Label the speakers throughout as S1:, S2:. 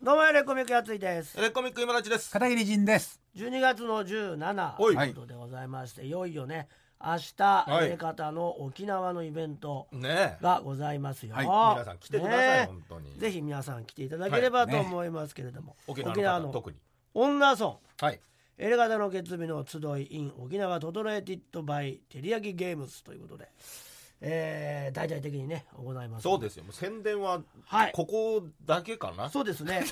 S1: どうもエレコミックやついです
S2: エレコミック今立ちです。
S3: 片桐仁です。
S1: 12月の17
S2: おい
S1: ということでございましていよいよね明日
S2: はい
S1: 相方の沖縄のイベント
S2: ねえ。
S1: がございますよ、
S3: はい
S2: 皆さん来てください、
S1: ね
S2: 本当に。
S1: ぜひ皆さん来ていただければ
S3: はい
S1: と
S3: ね
S1: 思いますけれども、
S2: 沖縄の方特に。
S1: 女村
S2: はい。
S1: エレガタの決日の集い in 沖縄トトレティットバイテリヤキゲームズということで、えー、大々的にね行います
S2: そうですすよ。もう宣伝は
S1: はい
S2: ここだけかな。
S1: そうです ね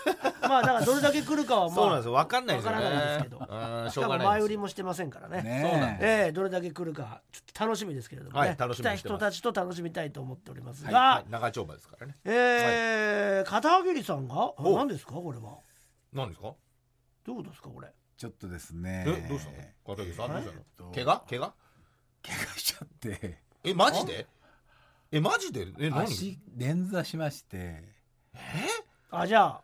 S1: まあだからどれだけ来るかはまあ
S2: そうなんですよ。わかんないですよね。
S1: わからないですけど
S2: うんし
S1: し
S2: ょう
S1: か
S2: が
S1: も
S2: ない
S1: 前
S2: で
S1: 売
S2: す
S1: り。もしてませんからね
S3: ねえ
S2: そうなん
S1: ええどれだけ来るかちょっと楽しみですけれどもね、
S2: はい楽
S1: 来
S2: しみ
S1: た
S2: にしてま
S1: 人
S2: す
S1: たちと楽しみたいと思っておりますが、
S2: はい、長丁場ですからね。
S1: えー片桐さんがあ
S2: お
S1: 何ですかこれは
S2: 何ですか？
S1: どういうことですかこれ
S3: ちょっとですね。
S2: え、どうしたの？片桐さんどうし
S3: えった
S2: の？
S3: と
S2: 怪我？怪我？
S3: 怪我しちゃって、
S2: え、マジで？え、マジで？え、何？
S3: 足捻挫しまして、
S1: あじゃ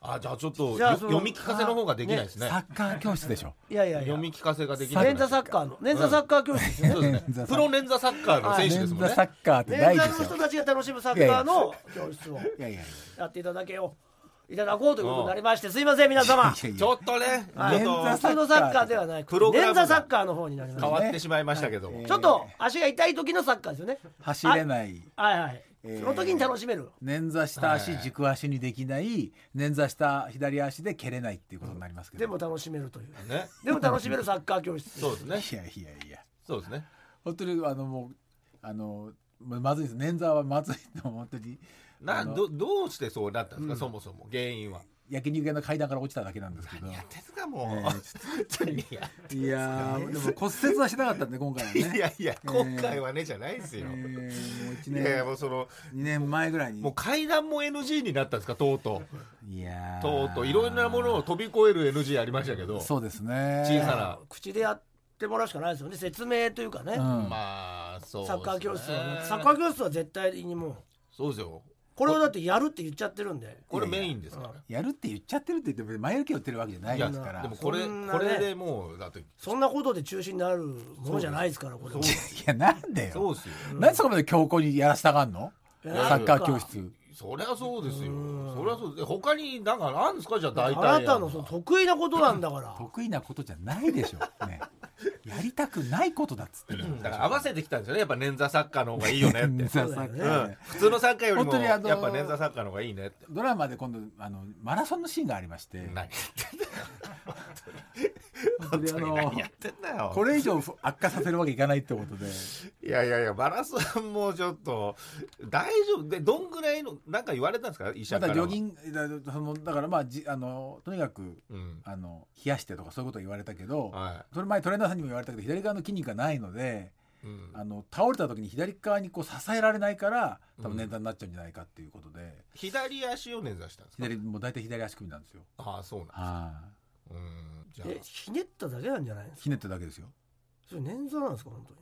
S1: あ
S2: あ、じゃあちょっと
S1: じゃあ
S2: よ
S1: その
S2: 読み聞かせの方ができないです
S3: サ
S2: ね。
S3: ッカー教室でしょ。
S1: いやいやいや
S2: 読み聞かせができない。
S1: 捻挫サッカーの捻挫サッカー教室ですよね
S2: そうです
S3: 捻挫
S2: ね。
S3: サッ
S2: プロ捻挫サッカーの 選手ですもんね
S3: サ。ッカーって
S1: 捻
S3: 大事
S1: 挫
S3: で
S1: の
S3: す
S1: 人
S3: よ。
S1: たちが楽しむサッカーの教室を
S3: いやいやい
S1: やっていただけよういただこうということになりましてすいません皆様
S3: やいや。
S2: ちょっとね、
S1: はい
S2: ちょっ
S3: 捻挫
S1: 普通のサッカーではない
S2: プログラ
S1: 捻
S2: ムが
S1: 挫サッカーの方になりま
S2: と
S1: す
S2: 変
S1: ね
S2: わってしまいましたけども。
S1: ちょっと足が痛い時のサッカーですよね
S3: 走れない。
S1: はいはい
S3: えー
S1: その時に楽しめる
S3: 捻挫した足、軸足にできない捻挫した左足で蹴れないっていうことになりますけど
S1: でも楽しめるという
S2: ね。
S1: でも楽しめるサッカー教室
S2: そうですね。
S3: いやいやいや
S2: そうですね。
S3: 本当にあのもうあのままずいです捻挫はまずいと本当に
S2: な
S3: あの
S2: どどうしてそうなったんですか、そもそも原因は。
S3: 焼肉屋の階段から落ちただけなんですけど
S2: いや手塚もう、本当にいや
S3: いやーでも骨折はしなかったんで今回は ね。
S2: いやいや今回はねじゃないです
S3: え
S2: よ。
S3: ーもう一
S2: いやいや
S3: 年
S2: もうその
S3: 二年前ぐらいに
S2: もう階段も NG になったんですかとうと
S3: い
S2: う
S3: やー
S2: とうとういろんなものを飛び越える NG ありましたけど。
S3: そうですね
S2: 小さな
S1: 口でやってもらうしかないですよね説明というかね、
S3: うん
S2: まあそうです
S1: サ
S2: ね、
S1: ッカー教室はねサッカー教室は絶対にもう
S2: そうですよ。
S1: これをだってやるって言っちゃってるんで
S2: これメインですから。
S3: やるって言っちゃってるって言っても前受けを打ってるわけじゃない
S2: いや
S3: ですから
S2: でもこれ、
S1: そんな
S2: こ
S1: ね
S2: れでもうだって
S1: そんなことで中止になるものじゃないですからこれ
S2: そう
S1: は
S3: やなんで
S2: そ
S3: よ
S2: うですよ。
S3: なんでそこまで強硬にやらせたがんのサ
S1: や
S3: ッカー教室
S2: そりゃそうですよ。そりゃそうです。他になんかなんですかじゃあ大体
S1: あなたのその得意なことなん だから
S3: 得意なことじゃないでしょねやりたくないことだっつってる
S2: だから合わせてきたんですよねやっぱ捻挫サッカーの方がいいよ ねって、
S3: サッカ
S1: そうだ
S2: う
S3: ー
S2: ん、普通のサッカーよりも
S3: 本当に
S2: や
S3: あ
S2: っ
S3: の
S2: ぱ捻挫サッカーの方がいいねって
S3: ドラマで今度あのマラソンのシーンがありまして
S2: 何
S3: 本当にあの
S2: 何やってんだよ
S3: これ以上悪化させるわけいかないってことで
S2: いやいやいやマラソンもちょっと大丈夫でどんぐらいのなんか言われたんですか医
S3: ま
S2: 者か
S3: た
S2: ら
S3: ジョ
S2: は
S3: ギングだそのだからまあじあのとにかく
S2: うん
S3: あの冷やしてとかそういうことは言われたけど、
S2: は
S3: それ前トレーナーさんにも言われたけど左側の筋肉がないので
S2: い、うん、
S3: あの倒れた時に左側にこう支えられないから多分
S2: うん
S3: 捻挫になっちゃうんじゃないかっていうことで、
S2: 左足を捻挫したんですか
S3: 左もう大体左足首なんですよ。
S2: ああそうなん
S3: は
S2: うんじゃ
S1: えひねっただけなんじゃないんで
S3: い
S1: すか
S3: ひねっただけですよ。
S1: それ捻挫なんですか本当に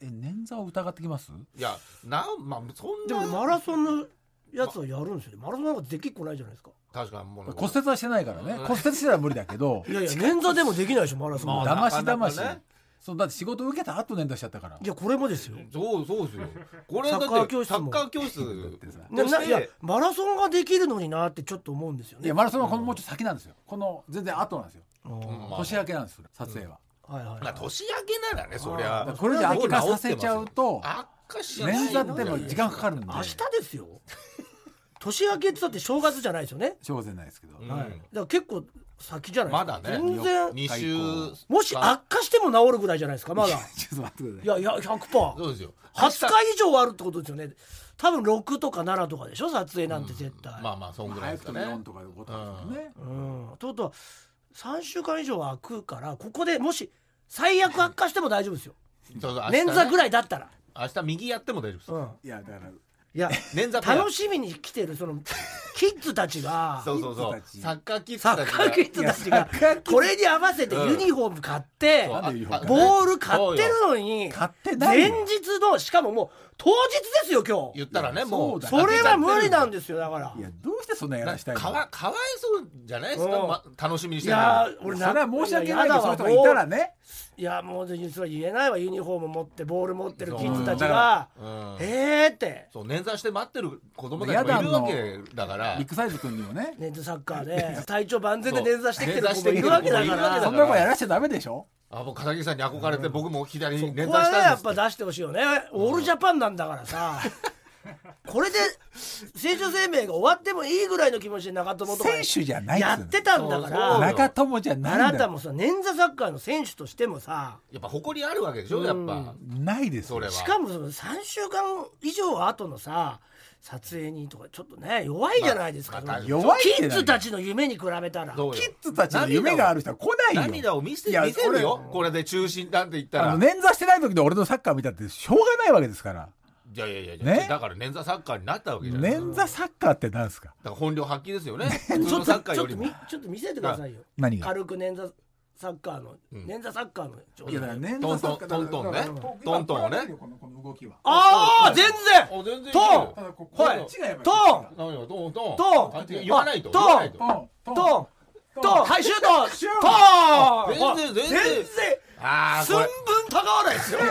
S3: え捻挫を疑ってきます？
S2: あいやなんまあそん
S1: でも
S2: な
S1: マラソンのやつをやるんですよねマラソンなんかできっこないじゃないですか
S2: 確かにもう
S3: 骨折はしてないからね。
S2: うん
S3: 骨折してたら無理だけど
S1: い、やいや捻挫でもできないでしょマラソン
S2: まあ
S1: は
S2: だ
S3: 騙し
S2: なかな
S3: 騙し。
S2: かね
S3: そうだって仕事受けた後捻挫しちゃったから
S1: い。やこれもですよ
S2: そうそうですよこれだって
S1: サッカー教室も
S2: サッカー教室
S3: だってさ
S1: な
S2: として
S1: ないやマラソンができるのになってちょっと思うんですよ
S3: い
S1: ね
S3: やマラソンはこのもうちょっと先なんですよ。この全然後なんですよ。
S1: あー
S2: うんまあ
S3: 年明けなんですよ。撮影は。
S1: はいはい
S2: ま
S1: は
S2: あ、
S1: い
S2: 年明けならね、そりゃ
S3: だから。これじゃ悪化させちゃうと
S2: 悪化しない
S3: 捻挫っても時間かかるんで。
S1: 明日ですよ年明けってだって正月じゃないですよね、
S3: しょうがないですけど。
S2: うん
S1: はい、だから結構先じゃないです
S2: ま
S1: か
S2: だね。
S1: 全然
S2: 二週。
S1: もし悪化しても治るぐらいじゃないですかまだい
S3: ちょっと待ってください。
S1: やいや100%
S2: そうですよ。
S1: 20日以上はあるってことですよね多分6とか7とかでしょ撮影なんて絶対、
S2: まあまあ、そんぐらい
S3: 早
S2: で
S3: く
S2: す
S3: て
S2: か
S3: も
S2: ね。
S3: 4とか5とかですよね。
S1: うんということは3週間以上は空くからここでもし最悪悪化しても大丈夫ですよ
S2: そうそう
S1: 捻挫ぐ
S2: ら
S1: ら
S2: い。
S1: いだったら、
S2: 明日右やっても大丈夫です
S1: うん、
S3: いやだから
S1: いや
S2: 捻挫ペア
S1: 楽しみに来てるそのキッズたちが。
S2: そうそうそ
S3: キッ
S2: う
S3: ズた。ち
S2: サッカーキッズ
S1: サ
S2: たち
S1: ッ
S2: が。
S1: カーキッズたちがこれに合わせてユニフォーム買って
S2: そう
S3: なんでユニフォーム買う
S1: ボール買ってるのに
S3: 買ってない
S1: 前
S3: よ
S1: 日のしかももう当日ですよ今
S2: 言
S1: 日
S2: ったらね、もう。
S3: そうだ
S1: それは無理なん
S2: で。
S1: ですよだから
S3: いやどうしてそんなやらしたいの
S2: かわ、かわいそうじゃないです
S1: う
S2: か。
S1: ん
S2: ま楽しみにし
S1: い
S2: てるの
S1: や
S2: に。
S1: ー俺
S3: それは申し訳ないけどその人がいたら
S1: ね
S3: ね
S1: いやもうそれ言えないわユニフォーム持ってボール持ってるキッズたち
S3: そうだ
S1: が
S2: うん
S1: えーって
S2: そう、捻挫して待ってる子供た
S3: や
S2: ちも
S3: だ
S2: いる
S3: の
S2: わけだから。から
S3: ビッグサイズ君にもね
S1: ネットサッカーで体調万全で捻挫してきてる
S2: そ
S1: 子
S2: う
S1: もいるわけだ
S2: 捻挫してきてる子も
S1: か
S2: いるわけだ
S1: ら
S2: か
S3: そ
S1: そ
S3: ん
S1: こ
S3: なことやらしちゃダメでしょ
S2: あもう片桐さんに憧れて僕も左に捻挫
S1: は
S2: し
S1: ね
S2: たん
S1: や
S2: で
S1: っ
S2: す
S1: ぱ出してほしいよねオールジャパンなんだからさこれで成長生命が終わってもいいぐらいの気持ちで長友とか
S3: 選手じゃないっ
S1: や
S3: つう
S1: っ
S3: の
S1: てたんだか
S2: そう
S1: ら
S2: そう
S3: 中友じゃない
S1: あ
S3: んだよ
S1: なたもさ捻挫サッカーの選手としてもさ
S2: やっぱ誇りあるわけでしょやっぱ
S3: ないです
S2: そ
S3: よ
S2: れは
S1: しかもその3週間以上後のさ撮影にとかちょっとね弱いじゃないですか、
S2: まあ
S1: その
S3: 弱いって
S1: キッ
S3: 何
S1: ズたちの夢に比べたら
S2: そうよ
S3: キッズたちの夢がある人は来ないよ
S2: 涙を見せて
S3: いや
S2: 見せるよ
S3: 俺
S2: これで中心なんて言った
S3: あの
S2: ら
S3: 捻挫してない時の俺のサッカー見たってしょうがないわけですから
S2: いやいやいやいや、
S3: ね
S2: だから捻挫サッカーになったわけじゃないだか
S3: 捻挫サッカーって何ですから
S2: 本領発揮ですよね普
S1: ち
S2: 通
S1: ょ
S2: の
S1: っ
S2: サ
S1: と
S2: ッカー
S1: ちょ
S2: よ
S1: っ
S2: り
S1: と
S2: も
S1: みちょっと見せてくださいよ
S3: 何が
S1: 軽く捻挫サッカーの
S2: うん
S1: 捻挫サッカーの状態
S3: いやだから捻
S2: ト
S3: 挫
S2: ン
S3: サ
S2: ト
S3: ッ
S2: ン
S3: カー
S2: トントンね
S3: だからこう
S2: トントンをね
S3: 今これはこのこの動きは
S1: ああ全然
S2: あ全然いいよ
S1: ト
S3: ただここ
S1: はい
S3: こっちがやばい
S1: トン
S2: 何よトントン
S1: トン
S2: あ言わないと
S1: トン
S2: 言わないと
S3: トントン
S1: トントンはいシュート
S3: シ
S1: シ
S3: ュ
S1: ュ
S3: ー
S1: ー
S3: ト
S1: ト
S2: あ
S1: ほら
S2: 全然全然
S1: 全
S2: あ
S1: 然
S2: ー
S1: 寸
S2: こ
S1: 分
S2: れ
S1: たがわないですよ
S2: これ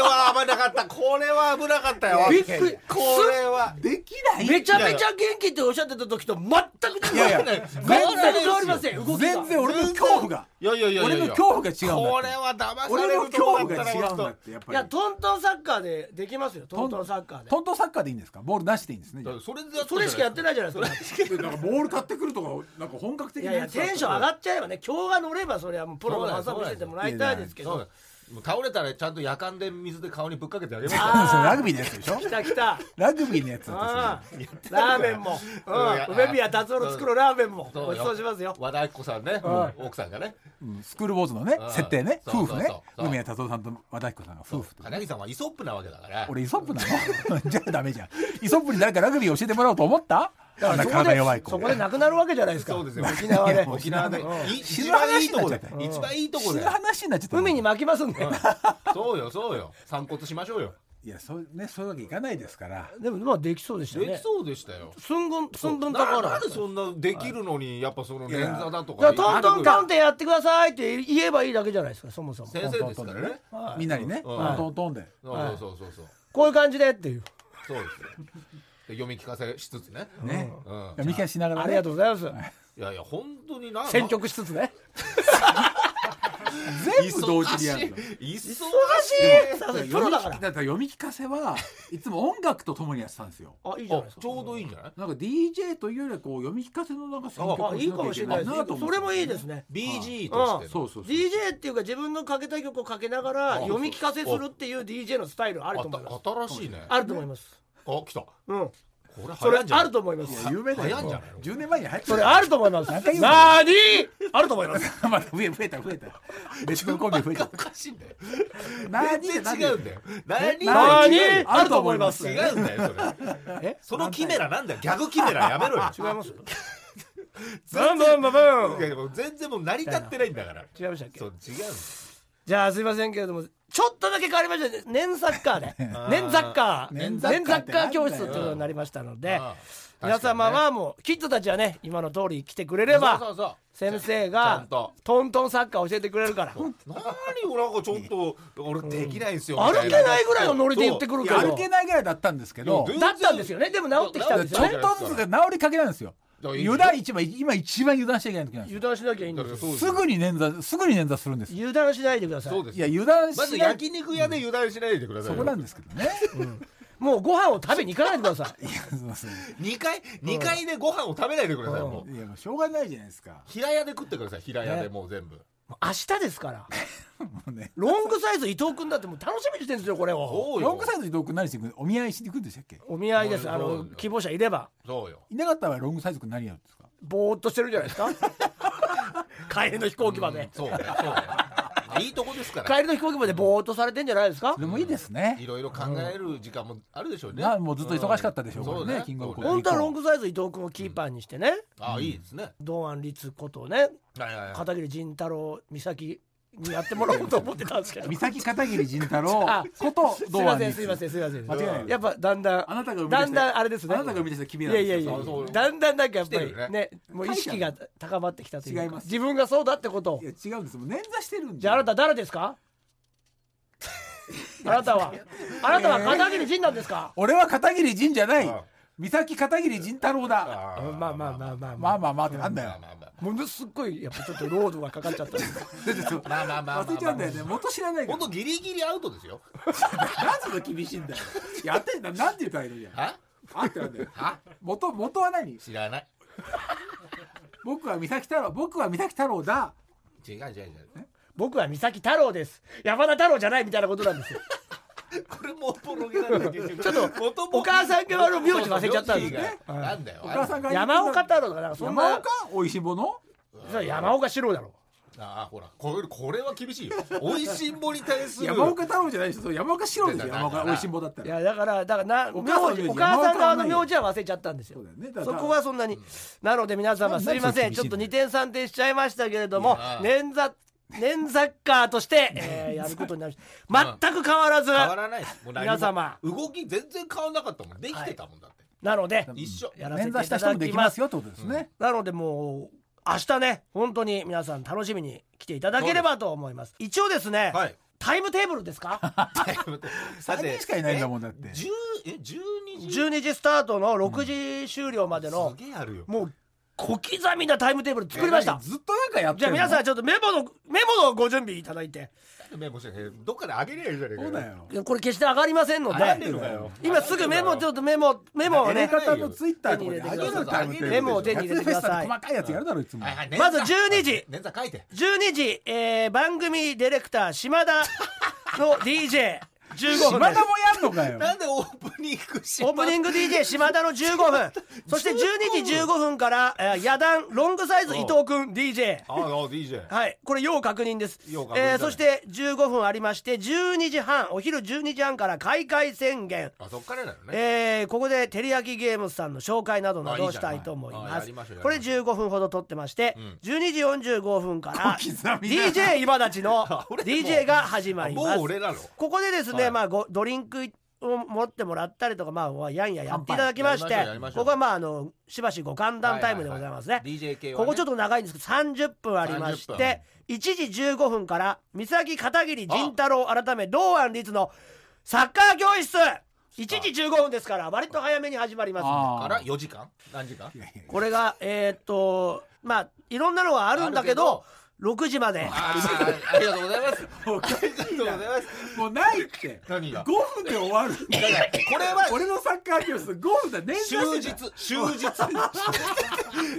S2: は危なかったこれは危なかったよ
S1: びっくり
S2: これは
S3: できない
S1: めちゃめちゃ元気っておっしゃってた時と全く
S3: いやいや
S1: 全然変わりません動きが
S3: 全然俺の恐怖が
S2: いやいやいやいや
S3: 俺の恐怖が違うんだって
S2: これは騙され
S3: 俺の
S2: る
S3: 恐怖
S2: とこ
S3: が
S2: だった
S3: 違
S2: ら
S3: うんだってやっ
S1: い
S3: ぱ
S1: や
S3: り
S1: トントンサッカーでできますよトントンサッカーで
S3: トントンサッカーでいいんですかボールなしでいいんですねじゃ
S2: 俺
S3: あ
S2: とそれでやったじゃない
S1: それしかやってないじゃないですか
S3: でなんかボール買ってくるとかなんか本格的
S1: いやいやテンション上がっちゃえばね今日が乗ればそれはもうプロの技見せてもらいたいですけ
S2: そう
S1: ど
S2: だもう倒れたらちゃんと夜間で水で顔にぶっかけてあげますよ
S1: あー
S3: それラグビーのやつでしょ
S1: 来た来た
S3: ラグビーのやつだ
S1: ああラーメンも、
S2: う
S1: うんん、梅宮達夫の作るラーメンも
S2: そうよ
S1: ごちそうしますよ
S2: 和田アキ子さんね奥さんがね
S3: とうんスクールウォーズのね
S2: うん
S3: 設定ね
S2: そう
S3: 夫
S2: そうそう
S3: 婦ね
S2: そう
S3: 梅谷達夫さんと和田アキ子さんが夫婦と
S2: 金木さんはイソップなわけだから
S3: 俺イソップなの じゃあダメじゃんイソップに誰かラグビー教えてもらおうと思ったあんな体弱い子
S1: そこでなくなるわけじゃないですか
S2: そうですよ
S1: 沖縄で
S2: 沖縄でい
S3: 死
S2: 一
S3: ぬ
S2: 番い
S3: 話
S2: い
S3: に
S2: と
S3: な
S2: こ
S3: っちゃっ
S2: で
S3: た
S2: 一番いいとこ
S3: 死ぬ
S2: で
S3: 話になっちゃった
S1: 海に巻きますんで、
S2: そうよそうよ散骨しましょうよ
S3: いやそうねそういうわけいかないですから
S1: でもまあできそうでした
S2: でき
S1: ね
S2: そうでしたよ
S1: 寸分寸分
S2: な
S1: 高
S2: な
S1: ら
S2: んでそんなできるのにやっぱその
S3: いや
S2: 捻挫だと
S1: じゃ
S2: か
S1: あトントンカウン
S2: テ
S1: テンやってくださいって言えばいいだけじゃないですかそもそも
S2: 先生ですからね
S1: はい
S3: みんなにね
S2: う
S3: ト
S2: ん
S3: ントントンで
S2: そうそうそうそう
S1: こういう感じでっていう
S2: そうですよで読み聞かせしつつね
S3: ね
S2: うん
S3: 見返しながら
S1: あ
S3: ね
S1: りがとうございます
S2: いやいや本当にな
S1: 選曲しつつね
S3: 全部同時にやるの
S2: 忙しい忙し
S1: さす
S3: だか
S1: が
S3: ら
S1: にプロだか
S3: 読み聞
S1: ら
S3: だから読み聞かせはいつも音楽とともにやってたんですよ
S1: あいい
S2: い
S1: じゃないです
S2: あち
S1: か
S2: ょうどいいんじゃない
S3: なんか DJ というよりはこう読み聞かせのなんか選曲
S1: あ
S3: を
S1: いいかもしれないで
S3: な
S1: す
S3: きゃけと思
S1: そ
S3: って
S1: れもいいですね
S2: BG としての
S3: そうそうそう
S1: DJ っていうか自分のかけたい曲をかけながら
S2: あ
S1: 読み聞かせするっていう DJ のスタイルあると思います
S2: あた新しいねあ
S1: あると思います
S2: 来たこ
S1: うん
S2: れ
S1: そ
S2: 流
S1: れ
S2: 行んじゃな
S1: あ
S2: い
S1: ると思いま
S3: い
S1: す
S3: や有名だよ
S2: 流行んじゃない
S3: 10年前に入ってた
S1: それあると思います
S3: 何
S1: な
S3: 回言うの
S1: ーにあると思い ます
S3: まだ増え増えた増 えた別のコンビ増えた
S2: おかしいんだよ
S3: 何
S2: 全然違うんだよ何
S1: な
S2: が
S1: ーにあると思います
S2: 違うんだよそれそのキメラなんだよギャグキメラやめろよ
S1: 違いますバンバンバンバン
S2: いやでも全然もう成り立ってないんだから
S1: 違いましたっけ
S2: そう違うんだよ
S1: じゃあすいませんけれどもちょっとだけ変わりましたね年サッカー で年サッカー
S3: 年
S1: 年
S3: サ
S1: サ
S3: ッカーっ
S1: ッ
S3: て
S1: カ
S3: なんだよ
S1: ー教室ということになりましたので
S2: ああ
S1: 皆様
S2: 確か
S1: はもうキッズたちはね今の通り来てくれ
S2: に
S1: れ
S2: ねそうそ
S1: ば
S2: うそう
S1: 先生
S2: ちゃ
S1: が
S2: んと
S1: トントンサッカー教えてくれるから
S2: 何俺なんかちょっと俺できないんですよ
S1: 歩
S2: みた
S1: け
S2: な
S1: ないぐらいのノリで言ってくる
S3: い
S1: け
S3: や
S1: ど
S3: 歩けないぐらいだったんですけど
S2: いや
S1: だったんですよねでも治ってきたんです
S3: ち
S1: よ
S3: ょ
S1: ね
S3: っとずつが治りかけなんですよ
S2: だからいい
S3: 油断一番今一番油断しちゃいけない時なんですよ
S1: 油断しなきゃいいんだよ
S2: そうです
S3: すぐに捻挫すぐに捻挫するんですよ
S1: 油断しないでくださ
S2: そ
S1: いう
S2: です
S3: いや油断し
S2: まず
S3: ない
S2: 焼肉屋で油断しないでくださ
S3: そ
S2: い
S3: こ
S2: よ
S3: なんですけどね
S1: もうご飯を食べに行かないでください
S3: いやそうそう
S2: 二回二回でご飯を食べないでくださいもう
S3: いやもうしょうがないじゃないですか
S2: 平屋で食ってください平屋でもう全部
S1: もう明日ですから
S3: もうね
S1: ロングサイズ伊藤君だってもう楽しみにしてるんですよこれを
S2: そう
S3: ロン
S2: よ
S3: グサイズにどうく何してくるお見合いしに行くんでしたっけ
S1: お見合いですあ
S2: そう
S1: の
S2: よ
S1: 希望者いれば
S2: そうよ
S3: いなかったらロングサイズくん何やるんですか
S1: ぼーっとしてるじゃないですか帰りの飛行機まで
S2: そう ねそうねいいとこですから
S1: 帰りの飛行機までぼーっとされてんじゃないですか
S3: それもいいですね
S2: いろいろ考える時間もあるでしょうね
S3: なもうずっと忙しかったでしょうからね
S2: そだ
S3: キングオブコント
S2: そ
S1: 本
S2: うだ
S1: 当はロングサイズ伊藤君をキーパーにしてね
S2: あいいですね
S1: 堂安律ことね
S2: はいはいはい
S1: 片桐仁太郎美咲にやってもらおうと思ってたんです けど
S3: 三崎片桐仁太郎
S1: あ
S3: こと
S1: すい
S3: 堂
S1: ま
S3: 安
S1: せん
S3: です
S1: いませんすいません
S3: 間違いない
S1: やっぱだんだん
S3: あなたが生み出
S1: だ
S3: し
S1: ん
S3: た
S1: だんあれですね
S3: あなたが生み出した君
S1: い
S3: なん
S1: や
S3: です
S1: いや
S3: よ
S1: いや
S2: そうそう
S1: だんだんなんかやっぱ
S2: 来て
S1: り
S2: るよ
S1: ねもう意識が高まってきたというか
S3: 違います
S1: 自分がそうだってことを
S3: いや違うんですもう捻挫してるんで
S1: じゃああなた誰ですかあなたはあなたは片桐仁なんですか
S3: 俺は片桐仁じゃない
S2: あ
S3: 三崎片桐仁太郎だ
S2: あ
S1: あ
S2: ー
S1: まあまあまあまあ
S3: まあまあまあってなんだよ
S2: まあまあ
S1: ものすっごいやっぱちょっとロードがかかっちゃった
S2: まあまあまあまあ
S3: 忘れちゃうんだよね元知らないから
S2: 本当ギリギリアウトですよ
S3: なんでそんな厳しいんだよやってんだなんて言ったらいいのじゃ
S2: は
S3: あってなんだよ
S2: は
S3: 元元は何
S2: 知らない
S3: 僕は三崎太郎僕は三崎太郎だ
S2: 違う違う違う
S1: 僕は三崎太郎です山田太郎じゃないみたいなことなんですよ
S2: これもおぼろげなんだけど
S1: ちょっと
S2: 元々
S1: お母さん側の名字忘れちゃったんですね
S2: そうそう名字がなんだよ
S3: お母さんが
S1: 山岡太郎とかなんかそんな
S3: 山岡おいしんぼの
S1: それは山岡四郎だろ
S2: ああほらこれこれは厳しいよおいしんぼに対する
S3: 山岡太郎じゃないでしょそれ山岡四郎ですよ
S2: だから
S3: 山岡おいしんぼだった
S1: い
S3: ら
S1: やだからだからな
S3: お母さんの
S1: 名字
S3: 名字
S1: お母さん側の
S3: 山岡はないよ
S1: 名字は忘れちゃったんですよ
S3: そうだよねだから
S1: そこはそんなに、なので皆様
S3: な
S1: すいません
S3: なんで
S1: ち
S3: そ
S1: ょっ
S3: れ厳しいんだよ
S1: と二点三点しちゃいましたけれど
S2: い
S1: も
S2: やー
S1: 捻挫捻サッカーとして、えーやることになりまし
S2: う
S1: た
S2: ん
S1: 全く変わらず
S2: 変わらないですもう何も
S1: 皆様
S2: 動き全然変わらなかったもんできてたもんだって、
S1: なので
S2: 一緒
S1: やらせて
S3: 捻
S1: いた
S3: 挫した
S1: だ
S3: 人もで
S1: き
S3: き
S1: ま
S3: ますすよってことですね
S1: なのでもう明日ね本当に皆さん楽しみに来ていただければと思います一応ですね、
S2: はい
S1: タイムテーブルですか
S2: さ
S3: 3
S2: て
S3: 人しかいないんだもんだって
S2: 10え12時
S1: 12時スタートの6時終了までの
S2: す、げえあるよ
S1: もう小刻みなタイムテーブル作りました
S3: ずっとなんかやって
S1: じゃあ
S3: るの
S1: 皆さんちょっとメモのメモのご準備いただいて
S2: メモしてねどっかであげりゃいいじゃねえか
S3: そうだよ
S1: いやこれ決して上がりませんの
S2: あげ
S1: で
S2: るのかよ
S1: 今すぐメモちょっとメモメモを
S3: や
S1: ね
S3: り方のツイッターとかに
S1: 手に入
S2: れてください
S3: 上げる
S2: メモを
S1: 手に入れてください
S3: 細かいやつやるだろいつも
S2: はいはい捻挫
S1: まず12時
S2: 捻挫書いて
S1: 12時、えー番組ディレクター島田の DJ15 分
S3: 島田も
S1: で
S3: や
S1: す
S3: んのかよ
S2: なんでオープニングし
S1: オープニング DJ 島田の15分そして12時15分からえー野団ロングサイズ伊藤君 DJ
S2: ああいいじゃん
S1: はいこれ要確認です
S2: 要確認だね
S1: えーそして15分ありまして12時半お昼12時半から開会宣言
S2: あそっからだよね
S1: えーここで照り焼きゲームズさんの紹介などな
S2: あい
S1: ど
S2: い
S1: を
S2: じ
S1: し
S2: ゃん
S1: たいと思い
S2: はいあ
S1: ま
S2: や
S1: す
S2: りましょうやり
S1: こ
S2: まし
S1: れ
S2: ょう
S1: 15分ほど撮ってまして、12時45分から
S3: 小刻みな
S1: DJ 今立ちの
S2: 俺も
S1: DJ が始まりま
S2: も
S1: す
S2: う俺なの
S1: ここでですね、
S2: はい
S1: まあ、ごドリンクを持ってもらったりとか、まあ、やんややっていただきまし
S2: や
S1: て
S2: りましょうやりましょう
S1: ここはまああのしばしご寒談タイムでございますね。
S2: ははは DJ 系は
S1: ここちょっ
S2: と
S1: と長いんですけど30分ありまして1時15分から三崎片桐仁太郎改め堂安律のサッカー教室1時15分ですから割と早めに始まります
S2: から4時間 何時間
S3: いやいやいや
S1: これがえーっとまあいろんなのはあるんだけど6時まで
S2: あーありがとうございますありがとうございます
S3: もうないって
S2: 何が
S3: 5分で終わる
S2: いやいやこれ は
S3: 俺のサッカー教室5分だ年
S2: 終
S3: 齢
S2: 日終日片桐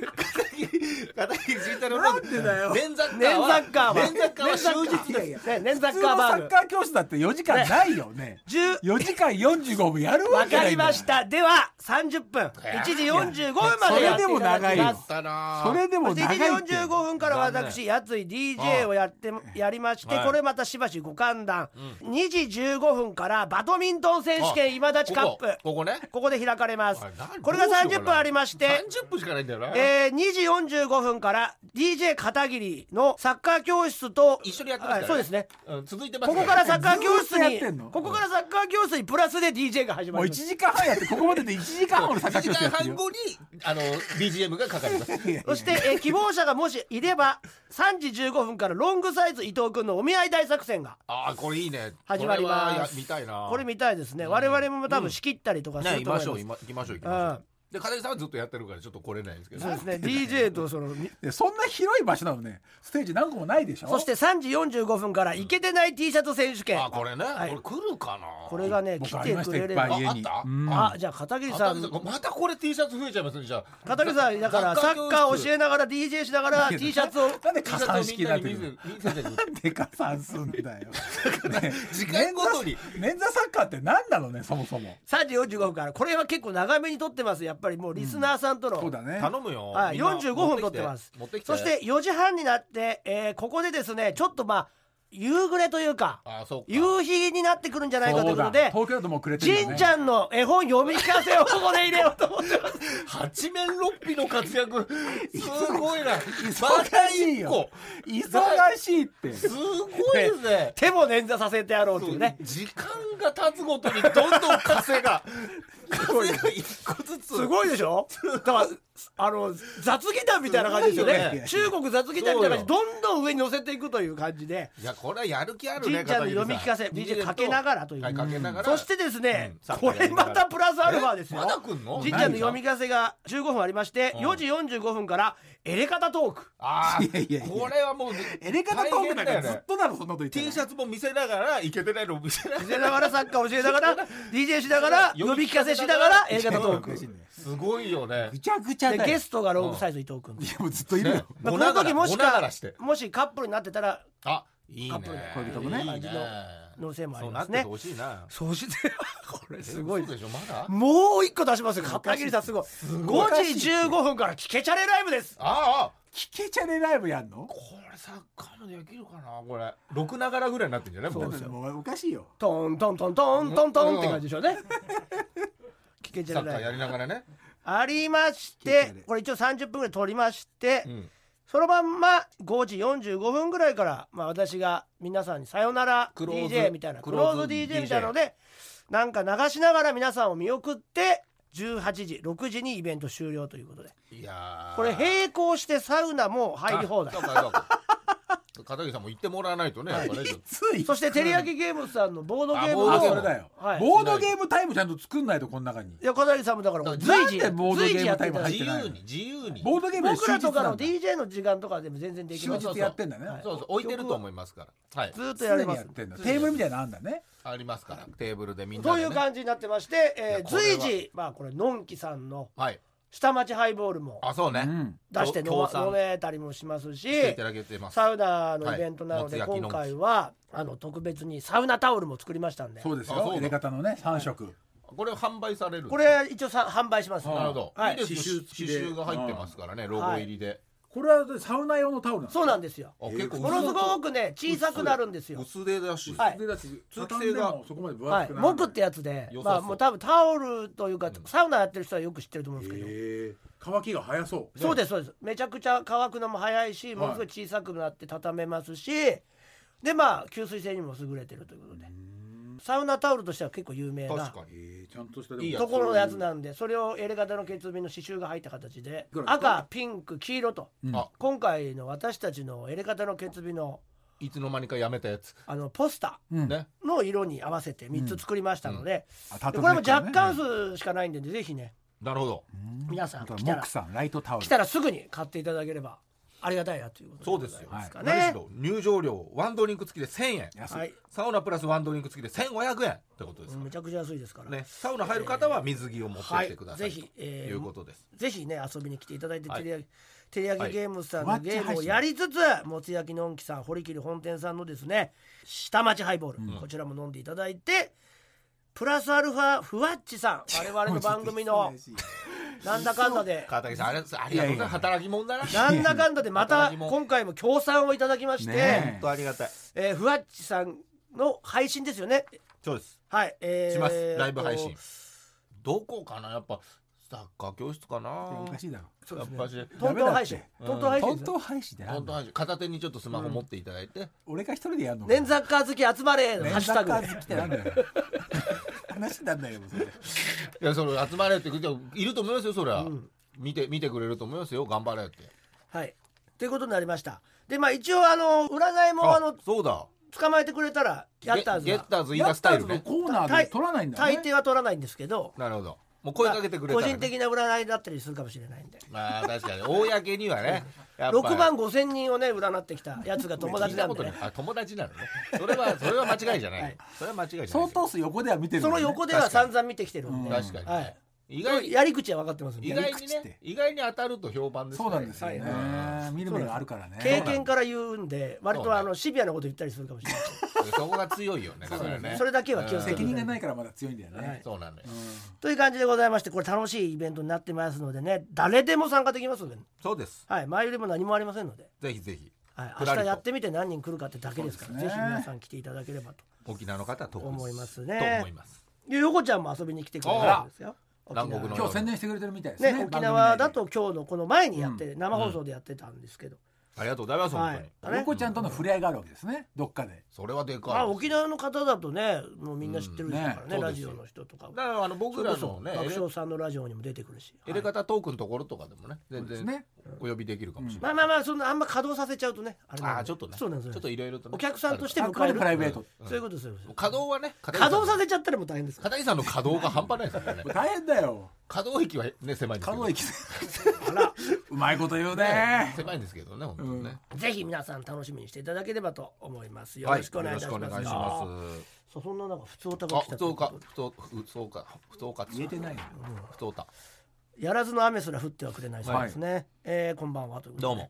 S2: 片桐慎太郎
S3: なんでだよ
S2: 年ザッ
S1: 年サッカーは
S2: 年ザッカーは終日
S3: いやいや
S1: ね年サッ
S3: 普通
S1: カー
S3: の
S1: バ
S3: サ
S1: ー
S3: ッ
S1: グ
S3: カー教室だって4時間ないよね
S1: 10
S3: 4時間45分やるわ
S1: わ
S3: け
S1: か
S3: ない
S1: り
S3: んだ
S1: ましたでは30分1時45分までやっていただきます
S2: だな
S3: それでも
S1: そして
S3: 長い
S1: 1
S3: って
S1: 時45分から私やつい DJ をやってやりまして
S2: はい
S1: これまたしばしご歓談2時15分からバドミントン選手権今立ちカップ
S2: ここここね
S1: ここで開かれます
S2: あれなん
S1: これが
S2: どうしようか
S1: 30
S2: な
S1: 分ありまして
S2: 30分しかないんだよな
S1: えー2時45分から DJ 片桐のサッカー教室と
S2: 一緒にやってますからね
S1: あそうですね
S2: うん続いてます
S1: ここからサッカー教室
S3: ずっとやってん
S1: に
S3: の
S1: ここからサッカー教室にプラスで DJ が始
S3: も
S1: ま
S3: う
S1: り
S3: 1
S1: ます
S3: 時間半やってここまでで1時間半のサッカ
S2: 1
S3: ー
S2: 時
S3: 教室や
S2: 間
S3: ってる
S2: 半
S3: よ
S2: 後にあの BGM がかかります
S3: いやいや
S1: そして、えー希望者がもしいれば3時15分からロングサイズ伊藤君のお見合い大作戦が
S2: ああこれいいね
S1: 始まります
S2: これはや見たいな
S1: これ見たいですね、我々も多分仕切ったりとかす
S2: ね
S1: る
S2: 行き
S1: と思
S2: ま
S1: い
S2: しょ
S1: ま
S2: う
S1: す、
S2: 行きましょう行きましょうで片桐さんはずっとやってるからちょっと来れないんですけど
S1: そうですね DJ とそのみ
S3: でそんな広い場所なのねステージ何個もないでしょ
S1: そして3時45分からイケてない T シャツ選手権、
S2: あこれね
S1: はい
S2: これ来るかな
S1: これがね来
S3: 僕あり
S1: て
S3: まし
S1: く
S3: たい
S1: れ
S3: っ
S1: れば
S3: ぱい
S1: あ
S3: 家に
S2: ああった
S3: うん
S1: じゃあ片桐さ
S2: 片桐さ
S1: ん
S2: んまたこれ T シャツ増えちゃいますねじゃあ
S1: 片桐さんだからサッカー教えながら DJ しながら T シャツ を
S3: なんで
S2: T シ
S3: 加
S2: ャ
S3: 算
S2: ツを
S3: 式
S2: みん
S3: に
S2: な
S3: なっ
S2: に
S3: て
S2: 見
S3: るの
S2: せ見せてくる
S3: で加算すんだよ。ね
S2: 時間ごと に
S3: 捻挫サッカーって何なのねそもそも。
S1: 3時45分からこれは結構長めに撮ってますやっぱりもうリスナーさんとの、
S3: そうだね。
S2: 頼むよ
S1: はい、
S2: みんな
S1: 45分撮ってます
S2: 持ってきて
S1: そして4時半になって、えーここでですねちょっとまあ夕暮れというか
S2: あそうか
S1: 夕日になってくるんじゃないかとい
S3: そうう
S1: こ
S3: だ
S1: とで
S3: 東京だともうくれてるよ
S1: じん
S3: ね。
S1: ちゃんの絵本読み聞かせをここで入れようと思ってます
S2: 八面六臂の活躍すご いなまた
S3: 忙しい
S2: 一個
S3: よ。忙しいって。
S2: すごいですね
S1: 手も捻挫させてやろうというね
S2: 時間が経つごとにどんどん稼が風が一個ずつ。
S1: すごいでしょだからあの雑技団みたいな感じですよ
S2: すごい
S1: ね
S3: よね
S1: 中国雑技団みたいな感じでどんどん上に乗せていくという感じで
S2: いや、これはやる気ある
S1: じ
S2: ね。
S1: んちゃんの読み聞かせ
S2: 片桐
S1: DJ かけながらという
S2: はい、かけながら。
S1: そしてですね
S2: うんサッカ
S1: こ
S2: ーや
S1: れ
S2: りなが
S1: ま
S2: ら
S1: たプラスアルファです
S2: え
S1: よ
S2: まだ来んの
S1: じんちゃんの読み聞かせが15分ありまして
S2: うん
S1: 4時45分からエレカタトーク
S2: ああ、
S3: いやいやいや
S2: これはもう、
S3: エレカタトークなんかずっとだろそんなこと言ってた
S2: T
S3: ら
S2: シャツも見せながら、いけてないのも見せなが
S1: 教
S2: ら。
S1: えながらサッカー教えながら DJ しながら読み聞かせしながらエレカタトーク
S2: すごいよね。
S3: ぐちゃぐちゃ
S1: で
S3: だよ
S1: ゲストがロングサイズ伊藤君
S3: いやもうずっといるよ
S1: まあ
S2: も
S1: こ
S2: な
S1: の
S2: がら
S1: 時もし
S2: もなが
S1: から
S2: して。
S1: もしカップルになってたら
S2: あ、いい
S1: カ
S2: ね
S1: ップル。
S3: 恋人もね
S2: いい
S1: 感じののせいもあります
S2: そうな
S1: ね
S2: っててほしいな。
S1: そしてこれすごい
S2: え嘘でしょ、まだ
S1: もう一個出しますよ片桐さんすごい
S3: ごい
S1: 5時15分から聞けチャレライブです
S2: ああ、
S3: 聞けちゃねライブやんの
S2: これサッカーもできるかなこれ。ろくながらぐらいになってんじゃないも
S1: そう
S2: う
S1: ですよ
S3: もうおかしいよ
S1: トントントントントントンって感じでしょうね聞けチ
S2: サ
S1: ャ
S2: ッ
S1: レ
S2: カ
S1: ライ
S2: ーや
S1: ブ
S2: りながらね。
S1: ありまし
S3: 聞けチャ
S1: て
S3: レ
S1: これ一応30分ぐらい撮りまして、
S2: うん。
S1: そのまんま5時45分ぐらいから、まあ、私が皆さんに「さよなら
S2: クローズ
S1: DJ」みたいなク
S2: ク
S1: ロ
S2: ロ
S1: ー
S2: ー
S1: ズ
S2: ズ
S1: DJ みたいなのでなんか流しながら皆さんを見送って18時6時にイベント終了ということで
S2: いやー
S1: これ並行してサウナも入り放題
S2: あそうかそうか片桐さんも行ってもらわないとね、やっぱねちょっと
S3: つい
S1: そして照り焼きゲームズさんのボードゲーム
S2: あ
S3: あ
S2: ボ
S3: そ
S2: ード
S3: れ
S1: を
S3: だよ
S1: はい
S3: ボードゲームタイムちゃんと作んないとこの中に
S1: いや小谷さんもだから随時
S3: なんでボードゲーム
S1: 随時やっていただい
S2: 自
S1: て
S3: 入ってない
S2: 由に、自由に。
S3: ボードゲームで
S1: 僕らとかの
S3: 終
S1: DJ の時間とかでも全然でき
S2: そ
S1: ま
S2: う
S1: す
S2: そうそう
S3: 日やってんだね
S1: はい
S2: そうそう、置いてると思いますから。はい。
S1: ずーっとや
S3: 常
S1: れ
S3: に
S1: ま
S3: や
S1: す
S3: ってんだテーブルみたいなのあんだね
S2: ありますから、テーブルでみんな
S1: と
S2: で、
S1: い
S2: ね。
S1: う感じになってまして、
S2: い
S1: え
S2: や
S1: ー
S2: これ
S1: 随
S2: は
S1: 時まあこれのんきさんの
S2: はい。
S1: 下町ハイボールも
S2: あ、そうね。
S3: うん
S1: 出して飲
S2: 協
S1: ま
S2: 賛
S1: 飲めたりもしますし
S2: していただけてます。
S1: サウナのイベントなので、
S2: はいもつ焼き
S1: 今回はあの特別にサウナタオルも作りましたんで
S3: そうです
S2: あそう
S3: よ
S2: だ
S3: 入れ方のね三色
S2: これ販売される。
S1: これ一応さ販売します
S2: なるほど。
S1: はい
S2: い、いですよ
S3: 刺繍付き
S2: 刺
S3: で
S2: 繍が入ってますからね、ロゴ入りで。
S3: これはサウナ用のタオルなの
S1: そうなんですよ
S2: あ、結構
S1: ものすご
S2: 薄
S1: くね小さくなるんですよ
S2: 薄手だし。
S1: はい
S3: でだし
S2: 通気性が
S3: 畳んでもそこまで分
S1: はい
S3: 厚くならない
S1: 木ってやつで
S2: 良さそ
S1: ま
S2: う
S1: あもう多分タオルというかサウナやってる人はよく知ってると思うんですけど
S3: へえ乾きが早そう
S1: そうですそうですめちゃくちゃ乾くのも早いしものすごい小さくなって畳めますしでまあ吸水性にも優れてるということでサウナタオルとしては結構有名な
S2: 確かに。
S3: へえちゃんとした
S2: いいやつ
S1: ところのやつなんでそれを L 型の結瓶の刺繍が入った形で
S3: いくらですか
S1: 赤ピンク黄色と
S3: うん
S2: あ、
S1: 今回の私たちの L 型の結瓶の
S2: いつの間にかやめたやつ。
S1: あのポスタ
S3: うん
S2: ね。
S1: ーの色に合わせて3つ作りましたので
S3: あタ
S1: で
S3: トル
S1: これも
S3: ネックの
S1: 若干
S3: ね
S1: 数しかないんでぜひね
S2: なるほど。
S1: 皆さん
S3: あとは
S1: 来たら
S3: 木さんライトタオル
S1: 来たらすぐに買っていただければありがたいなということ
S2: そうですよ。
S1: ございますか
S2: 何し
S1: ね。
S2: ろ入場料ワンドリンク付きで1000円。
S3: 安い
S1: はい、
S2: サウナプラスワンドリンク付きで1500円ってことですか
S1: めちゃくちゃ安いですから、
S2: らね。サウナ入る方は水着を持って
S1: は
S2: き
S1: い
S2: てくださ
S1: ぜ
S2: い。
S1: ひ、
S2: と
S1: えー
S2: いうことです。
S1: ぜひね遊びに来ていただいて、
S2: は
S1: て
S2: い
S1: りやてりや
S2: は
S1: き
S2: い
S1: ゲームズさんのゲームをやりつつ、もつ焼きのんきさん堀切本店さんのですね下町ハイボール、こちらも飲んでいただいてプラスアルファふわっちさん我々の番組 のなんだかんだで
S2: 川崎さん、ありがとうありがとうございます。働き者だな。
S1: なんだかんだでまた
S2: 私も
S1: 今回も協賛をいただきまして、
S3: ね
S2: 本当ありがたい。
S1: えーふわっちさんの配信ですよね
S2: そうです。
S1: はい、えー
S2: します。ライブ配
S1: え
S2: 信
S1: っと。
S2: どこかなやっぱ、サッカー教室かな
S3: おかしいだろ
S1: そうですね
S2: やっぱし
S1: トントン配信
S3: ダメ
S1: トントン配信
S3: ト
S1: で
S3: ン
S1: す
S3: トン配信ってな
S2: 本
S3: ん
S2: 当
S3: だ
S2: 配信片手にちょっとスマホ持っていただいて、
S3: 俺が一人でやるの
S1: ねんざっか好き集まれの
S3: ね
S1: ハッ
S3: ん
S1: シュ
S3: ざ
S1: タ
S3: っ
S1: グ
S3: か好きってなんだよ話になんだよもうそれ
S2: いやそれ集まれってじゃあいると思いますよそりゃ、見て見てくれると思いますよ頑張れって
S1: はいということになりましたでまあ一応あの占いもあの
S2: そうだ
S1: 捕まえてくれたらやったん
S2: ゲ
S1: で
S2: ゲッターズ飯田スタイル
S3: やっ
S2: ね
S3: たやつのコーナーで取らないんだ
S1: 大
S3: ね
S1: 抵は取らないんですけど
S2: なるほどもう声かけてくれた
S1: 個
S2: ら、ね、
S1: 人的な占いだったりするかもしれないんで
S2: まあ確かに公にはねやっぱ
S1: 6万5千人をね占ってきたやつが友達なんでね
S2: 聞いたことないあ友達なのねそれ はそれは間違いじゃない、それは間違いじゃない
S3: 相当数横では見てる
S1: そ
S3: もん
S1: の
S3: ね
S1: 横では散々見てきてるんで
S2: 確かに、
S1: はい
S2: 意外に
S1: やり口は分かってますん
S2: 意
S1: で
S2: 外
S3: やり
S2: に
S3: 口って
S2: ね意外に当たると評判です
S3: そうなんですよ
S1: は
S3: ね見る目があるからね
S1: 経験から言うんで割
S2: そう
S1: と
S2: ね
S1: あのシビアなこと言ったりするかもしれない
S2: そこが強いよねだからね
S1: それだけは気をつけて
S3: 責任
S1: くだ
S3: が
S1: さ
S3: ないいからまだ強いんだよ
S1: はい
S3: ね
S2: そうなのよ、
S1: という感じでございましてこれ楽しいイベントになってますのでね誰でも参加できますので
S2: そうです
S1: はい前よりも何もありませんので
S2: ぜひぜひ
S1: はい、
S2: ふ
S1: 明
S2: らりと
S1: 日やってみて何人来るかってだけですから、
S3: そう
S1: ぜ
S3: です
S1: ひ
S3: ね
S1: 皆さん来ていただければと。
S2: 沖縄の方は特に
S1: 思いますね
S2: と思います
S1: 横ちゃんも遊びに来てくれたんですよ。沖縄
S2: 南国の
S3: 今日宣伝してくれてるみたいですね
S1: ね、沖
S3: 番組内で
S1: 縄だと今日のこの前にやって、生放送でやってたんですけど、
S2: ありがとうございます、
S1: は
S2: 本当に
S1: い。あれ
S3: 横ちゃんとの触れ合いがあるわけですねどっかで
S2: それはでかい。
S1: まあ沖縄の方だとねもうみんな知ってるでしょうから
S2: うん
S1: ね,、
S2: ね
S1: ラジオの人とか
S2: だからあの僕
S1: それ
S2: ら
S1: こそ
S2: のね、
S1: 爆
S2: エレ
S1: 笑さんのラジオにも出てくるし、
S2: エ
S1: は
S2: レ
S1: い
S2: カタトークのところとかでもね、全
S3: で
S2: 然
S3: すね
S2: お呼びできるかもしれない。
S1: まあまあまあそんなあんま稼働させちゃうとねあれなんで
S2: ああちょっとね、
S1: そうなんですよ
S2: ちょっといろいろと、ね、
S1: お客さんとして
S3: あ
S1: 迎
S3: くま
S1: え
S3: で
S1: る
S3: プライベート、
S1: そういうことですよ
S2: 稼働はね、
S1: 稼働さ
S2: せ
S1: せちゃったらもう大変ですから
S2: 片井さんの稼働が半端ないですからね。
S3: 大変だよ
S2: 稼働域はね狭いんですけ
S3: 可
S2: ど。
S3: 動域
S1: あら
S3: うまいこと言う
S2: ね
S3: ね
S2: 狭いんですけどね本当にね。
S1: ぜひ皆さん楽しみにしていただければと思いますよ
S2: は
S1: ろしくお願いいたします,、
S2: よろしくお願いします。
S1: さあそんな中普通歌
S2: あ
S1: が来
S2: 不
S1: たというこ
S2: 当か
S1: とで
S2: 不当不当か不当か。
S3: 言えてないのよ
S2: 不当か。
S1: やらずの雨すら降ってはくれないそうですね、えーこんばんはということで
S2: どうも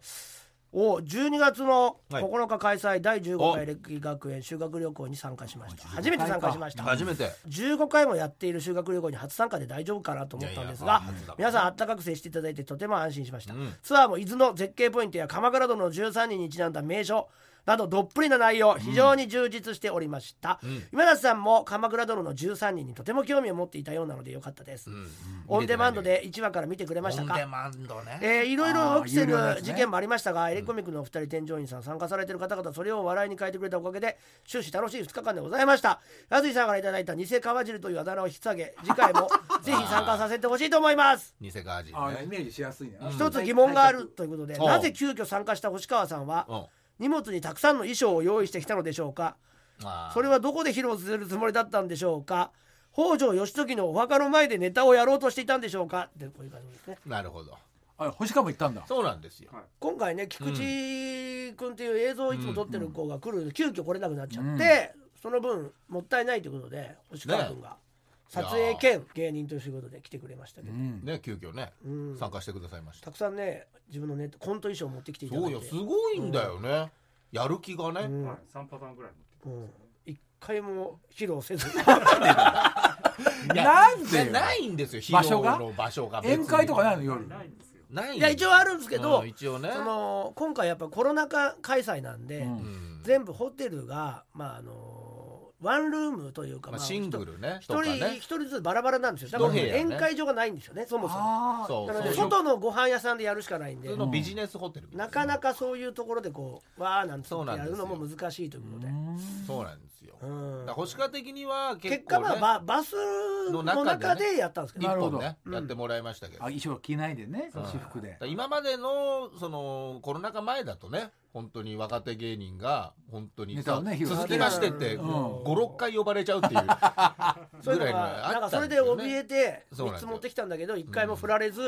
S1: お12月の
S2: はい
S1: 9日開催、第15
S2: お
S1: 回歴学園修学旅行に参加しました初めて参加しました
S2: 初めて。
S1: 15回もやっている修学旅行に初参加で大丈夫かなと思ったんですが
S2: いやいや初だ
S1: 皆さんあったかく接していただいてとても安心しました、
S2: うん
S1: ツアーも伊豆の絶景ポイントや鎌倉殿の13人にちなんだ名所などどっぷりな内容非常に充実しておりました、今田さんも鎌倉殿の13人にとても興味を持っていたようなのでよかったです、
S2: うん
S1: オンデマンド。で1話から見てくれました
S2: オンデ
S1: か
S2: マンドね。
S1: えーいろい
S3: あ
S1: ろ
S3: ー
S1: 起きて
S3: 有料のやつ
S1: る
S3: ね
S1: 事件もありましたが、エレコミックのお二人添乗員さん参加されてる方々それを笑いに変えてくれたおかげで終始楽しい2日間でございました安井さんからいただいた偽川汁というあだ名を引き 下げ次回もぜひ参加させてほしいと思います
S2: 偽ガージ
S3: あ
S2: ね
S3: イ。メージしやすいね
S1: 一つ疑問があるということで
S2: うん
S1: なぜ急遽参加した星川さん
S2: う
S1: は
S2: ん
S1: 荷物にたくさんの衣装を用意してきたのでしょうか
S2: あー
S1: それはどこで披露するつもりだったんでしょうか北条義時のお墓の前でネタをやろうとしていたんでしょうかってこういう感じですね
S2: なるほど。
S3: あ星川も行ったんだ
S2: そうなんですよ。
S1: 今回ね菊池君っていう映像をいつも撮ってる子が来る、急遽来れなくなっちゃって、その分もったいないということで星川君が撮影兼芸人という仕事で来てくれましたけど、
S3: うん
S2: ね急遽ね参加してくださいました
S1: た。くさんね自分のネットコント衣装を持ってきていただ
S2: そ
S1: いうて
S2: よすごいんだよね。やる気がね。
S4: はい、3パターンぐらい持ってき
S1: うん一回も披露 せず
S2: いや
S3: なんでよ
S2: なないんですよ
S3: 場所が
S2: 披露の場所が別に
S3: 宴会とかないの
S4: て
S3: 夜
S4: ないんですよ
S2: ない
S1: いや一応あるんですけど、
S2: うん一応ね
S1: その今回やっぱコロナ禍開催なんで、
S3: うん
S2: うん
S1: 全部ホテルがまああのワンルームというか、
S2: まあ、シングルね
S1: 一
S2: とか
S1: 人
S2: ね
S1: 一人ずつバラバラなんですよだから
S2: 一部屋ね
S1: 宴会場がないんですよねそもそも
S3: あ
S2: そう
S1: なので
S2: そう
S1: 外のご飯屋さんでやるしかないんで
S2: 普通のビジネスホテル、
S1: なかなかそういうところでこうわーなんつってやるの
S2: そうなん
S1: も
S2: です
S1: 難しいということで
S2: そうなんですよ、
S1: う
S2: だか
S1: ん
S2: ら星川的には結
S1: 結
S2: 構、
S1: 果
S2: ね、
S1: まあババスの中でやったんですけど
S2: 一
S3: なるほ
S2: 本
S3: ど
S2: ねやってもらいましたけど、
S3: あ衣装着ないでね
S2: うん
S3: 私服で
S2: だから今までのそのコロナ禍前だとね本当に若手芸人が本当に
S3: ネタをね披露
S2: 続きましてって
S1: うん
S2: 56回呼ばれちゃうっていう
S1: そうい
S2: ぐ
S1: うの
S2: らいの
S1: が
S2: あ
S1: なんか
S2: った
S1: それ
S2: ん
S1: で
S2: よね
S1: 怯えて
S2: そう
S1: 3
S2: なんです
S1: つ
S2: よ
S1: 持ってきたんだけど1回も振られず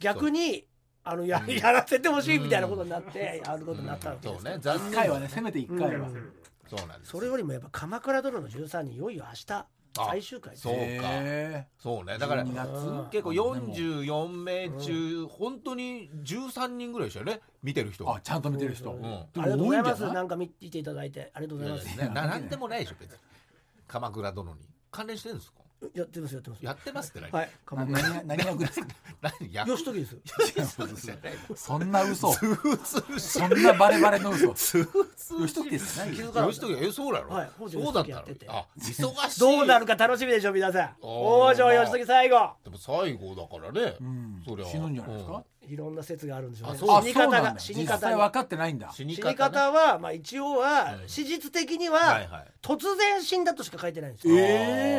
S1: 逆にあのややらせてほしいみたいなことになってやることになったわけで
S2: そう
S1: すけ
S2: ね
S1: ど
S2: 残
S3: 一
S2: 念
S3: 回はねせめて一回は
S1: うん
S2: そうなんです
S1: それよりもやっぱ「鎌倉殿の13人」いよいよ明日最終回です
S2: そうか
S3: へ
S2: そうね
S3: ー
S2: だから
S3: 12月
S2: 結構
S3: でも
S2: 44名中、本当に13人ぐらいでしたよね見てる人
S3: あちゃんと見てる人
S1: うん
S2: あ
S1: ありがとうございます
S3: な
S1: ないんか見ていただいてありがとう
S2: い
S1: ご
S2: や
S1: ざい
S2: い
S1: ま
S2: や
S1: す
S2: ねななんでもないでしょ別に鎌倉殿に関連してるんですか
S1: やってますやってます
S2: やってますって何、
S1: はい鎌
S3: 何
S1: 倉
S3: 何何役ですか
S2: 何 や
S1: 義時です
S3: そんな嘘
S2: 通通し
S3: そんなバレバレの 嘘
S2: 通通
S3: 義時ですよね
S1: 気づかなかっ
S2: 吉
S1: た
S2: 時えそうだろ、
S1: はい北条
S2: そうだ
S1: 義
S2: っ
S1: 時や
S2: た
S1: ってて
S2: のあ忙しい
S1: どうなるか楽しみでしょ皆さん
S2: おー
S1: 北条義時最後
S2: でも最後だからね、
S3: うん
S2: そりゃ
S3: 死ぬんじゃないですか
S1: いろんな説があるんですよね
S2: あそう
S3: あ
S1: 死
S3: そ
S1: に
S3: う
S1: 方
S3: なん
S1: が
S3: だ
S1: 死に
S3: 実
S1: 方
S3: 際
S1: が
S3: 分かってないんだ
S2: 死
S1: 死
S2: に方,、
S1: に方はまあ一応は
S2: うん
S1: 史実的に
S2: はい
S1: は
S2: はい
S1: 突然死んだとしか書いてないんです
S2: あー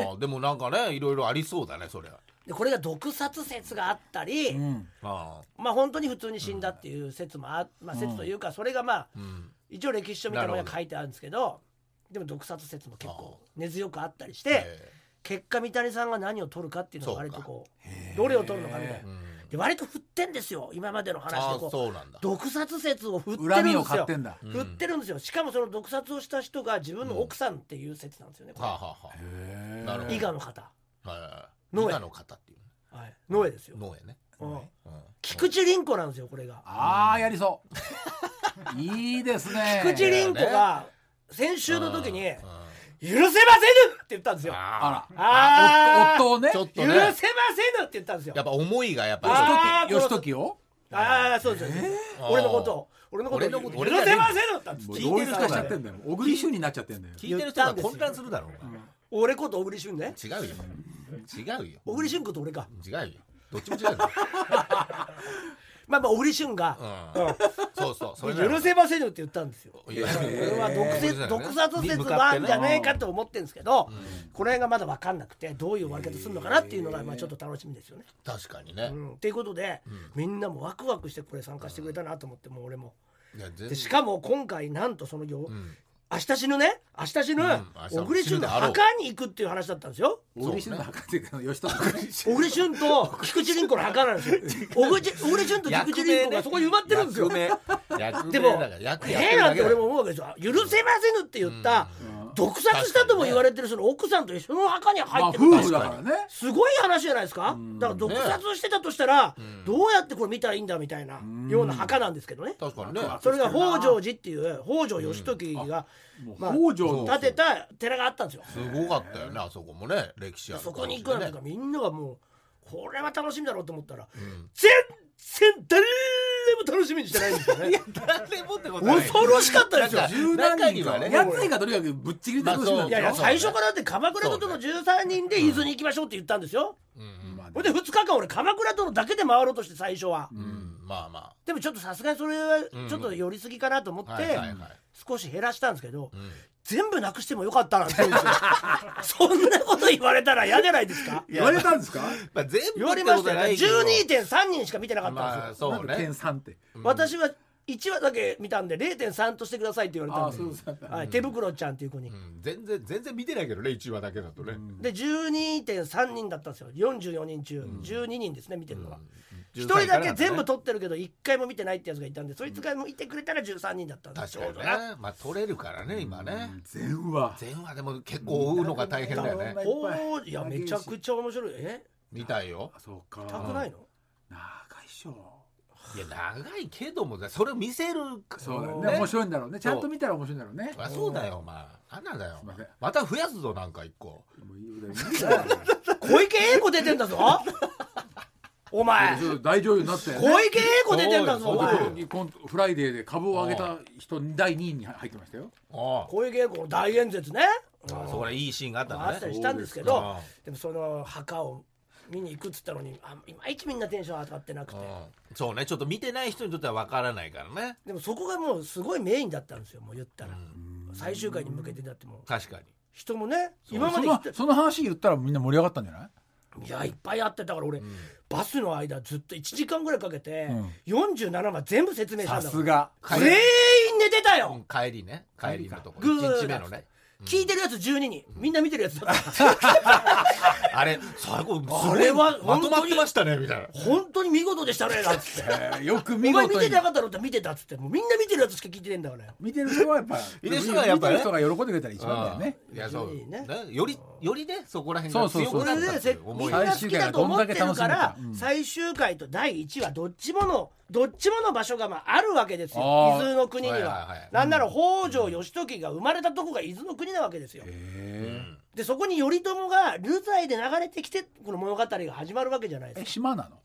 S1: よ
S3: え
S2: でもなんかねいろいろありそうだねそりゃ
S1: でこれが毒殺説があったり
S3: うん
S2: あ
S1: まあ本当に普通に死んだっていう説もあまあ説というかそれがまあ
S2: ーうん
S1: 一応歴史書みたいなものが書いてあるんですけどでも毒殺説も結構根強くあったりして
S2: え
S1: 結果三谷さんが何を取るかっていうの
S2: そ
S1: が
S2: うか
S1: 割とこうどれを取るのかみたい
S3: へ
S2: ー
S1: な
S2: うん
S1: で割と振ってんですよ今までの話
S2: あ
S1: でこ
S2: ー
S1: う
S2: そうなんだ
S1: 毒殺説を振ってる
S3: 恨
S1: んで
S3: みを
S1: す
S3: 買
S1: よ
S3: ってんだ
S2: うん
S1: 振ってるんですよしかもその毒殺をした人が自分の奥さんっていう説なんですよね、こ
S2: はあ、はあは
S3: へー
S2: なるほ
S1: れ
S2: ど
S1: 伊賀の方、
S2: あ、はい
S1: ノエ
S2: 伊賀の方っていう
S1: はい、ノエですよ、
S2: ノエね、
S1: うん、
S2: うん
S1: 菊池凛子なんですよこれが
S3: ああやりそういいですね
S1: 菊池凛子
S2: ね
S1: が先週の時に
S2: うん
S1: 「許せませぬ!」って言ったんですよ
S2: あ
S3: あ
S1: あ
S3: ら
S1: ー
S3: お夫をね
S2: ちょっ
S1: 「許
S2: と
S1: せ
S2: ね
S1: ませぬ!」って言ったんです
S2: やっ
S1: よ
S2: ぱ思いがやっぱ
S1: あー
S3: 義時を
S1: ああそうですよ、俺のことを俺のこと
S2: 俺のこと
S1: を許せませぬ!」って言ったんです
S3: も
S1: よ
S3: う
S2: 聞い
S3: 同
S2: てる人
S3: 一化
S2: だ
S3: しちゃってんだよ小栗旬になっちゃってんだよ
S2: 聞いてる人が混乱するだろう
S1: 俺こと小栗旬ね
S2: が違うよ違うよ
S1: 小栗旬こと俺か
S2: 違うよどっちも違うよ
S1: まあまあ小栗旬が
S2: うんそうそうそれなの
S1: 許せませんよって言ったんですよ。こ
S2: いや
S1: れは毒
S2: そ
S1: 説
S2: れなの
S1: 毒
S2: ね
S1: 殺説なんじゃねえかと思ってるんですけど、この辺がまだ分かんなくてどういう終わり方するのかなっていうのがまあちょっと楽しみですよね。
S2: 確かにね
S1: う、ん、っていうことで、みんなもワクワクしてこれ参加してくれたなと思ってもう俺も。
S2: いや全
S1: で
S2: 然
S1: しかも今回なんとそのよ、
S2: ん
S1: 明日死ぬね明日死ぬ、
S2: 明日死ぬ
S1: 小栗旬の墓に行くっていう話だったんですよ。
S3: 小栗旬の墓っていうか吉田さん
S1: 小栗旬と菊池凛子の墓なんですよ。 小栗小栗旬と菊池凛子がそこに埋まってるんですよ。
S2: 役
S1: で
S2: 名
S1: も
S2: だから役やって
S1: 変
S2: る
S1: な
S2: だ
S1: んて
S2: けだ
S1: 俺も思うわけですよ許せませぬって言った、毒殺したとも言われてるその奥さんと一緒の墓に
S3: まあ
S1: 入ってる、
S3: 夫婦だからね
S1: すごい話じゃないですか、だから毒殺してたとしたら、どうやってこれ見たらいいんだみたいなような墓なんですけどね、
S2: 確かにね
S1: それが北条寺っていう北条義時が、まあ
S3: 北条の
S1: 建てた寺があったんですよ
S2: すごかったよねあそこもね歴史ある
S1: そこに行くなんていうかみんながもうこれは楽しみだろうと思ったら、
S2: ん
S1: 全然誰も楽しみにしてないんですよね
S2: 誰もってことない
S1: 恐ろしかったですよ
S3: 十
S2: 中
S3: 何
S2: に
S3: 人
S2: は
S3: か
S2: ね
S3: やついがとにかくぶっちぎりで楽しみなん
S1: い
S3: で
S1: やい
S3: し
S1: や
S3: ょ
S2: そうね
S1: 最初からだって鎌倉殿の13人で伊豆に行きましょうって言ったんですよ。
S3: まあ
S1: ほんで2日間俺鎌倉殿だけで回ろうとして最初は、
S2: うんまあまあ
S1: でもちょっとさすがにそれはちょっと寄り過ぎかなと思って、
S2: はいはいはい
S1: 少し減らしたんですけど、
S2: ん
S1: 全部なくしてもよかったなんて言うん ですよそんなこと言われたら嫌じゃないですか
S3: 言われたんですか
S2: まあ全部
S1: 言われましたよね
S2: ってことはないけど
S1: 12.3人しか見てなかったんですよ
S2: ま、あそう
S3: な
S2: ね
S3: んで点三って
S1: 私は1話だけ見たんで0.3としてくださいって言われたんで
S3: あそうです
S1: はい、手袋ちゃんっていう子に、
S2: うん全然全然見てないけどね一話だけだとね
S1: で12.3人だったんですよ44人中12人ですね見てるのは
S2: うん
S1: 一人だけ
S2: 13
S1: 全部撮ってるけど一回も見てないってやつがいたんでそいつが見てくれたら13人だったんで
S2: 確かにね
S1: ちょうどな
S2: まあ取れるからね今ね
S3: 全話
S2: 全話でも結構追うのが大変だよね
S3: うん
S1: おー
S3: いっぱい
S1: いやめちゃくちゃ面白いえ
S2: 見たいよ
S3: あそうか
S1: たくないの
S3: 長いっしょ
S2: いや長いけどもだそれを見せる
S3: そうだよ
S2: ね
S3: ね面白いんだろうねちゃんと見たら面白いんだろうね
S2: あそうだよお前あんなんだよ
S3: すいません
S2: また増やすぞなんか一個
S3: もういいよいいよ
S1: 小池栄子出てんだぞお前
S3: そう大女優になって
S1: 小池栄子出てんだぞお前
S2: そう
S3: コントフライデーで株を上げた人第2位に入ってましたよ
S2: あ
S1: 小池栄子の大演説ね
S2: あそこらいいシーンがあった
S1: あっ
S2: ん
S1: た
S2: だ
S1: り
S2: ね
S1: したんですけ
S2: そう
S1: ど
S2: です
S1: でもその墓を見に行くっつったのにあいまいちみんなテンション上がってなくて
S2: うんそうねちょっと見てない人にとっては分からないからね
S1: でもそこがもうすごいメインだったんですよもう言ったら最終回に向けてだってもう
S2: 確かに
S1: 人もね今ま
S3: そ
S1: で行っ
S3: の
S1: て
S3: その話言ったらみんな盛り上がったんじゃない
S1: いやいっぱいあってだから俺バスの間ずっと1時間ぐらいかけて47話全部説明した
S3: さ
S1: んだか
S3: す
S1: ら
S3: が
S1: 全員寝てた
S2: う
S1: よ
S2: ん帰りね帰りのとこ
S1: グー
S2: 1日目のね
S1: 聞いてるやつ12人みんな見てるやつだから
S2: あれ最後すごい
S1: あれは
S2: まとまってましたねみたいな
S1: 本当に見事でしたねなんつって
S3: よく
S1: お
S3: 見
S1: 前見
S3: 事
S1: て
S3: に
S1: なかったのって見てたっつってもうみんな見てるやつしか聞いてねえんだからよ
S3: 見てる人はやっぱ
S2: 見てる人はやっぱね
S3: 見てる人が喜んでくれたら一番だよね
S2: うんいやそう
S1: いいね
S2: ねよりよりねそこら辺が
S3: そう
S2: 強
S3: そうそ
S2: く
S3: う
S1: これ
S2: なっ
S1: で
S2: たってい
S1: せ
S2: う
S1: み
S2: 思
S1: ん
S2: い
S1: な
S2: が
S1: 好きだと思ってるから最終回と第1話どっちものどっちもの場所がまああるわけですよ
S3: あー
S1: 伊豆の国には,、
S2: はいはいはい
S1: なんなら北条義時が生まれたとこが伊豆の国なわけですよ、
S3: へ
S1: でそこに頼朝が流罪で流れてきてこの物語が始まるわけじゃない
S3: え
S1: ですか
S3: 島なの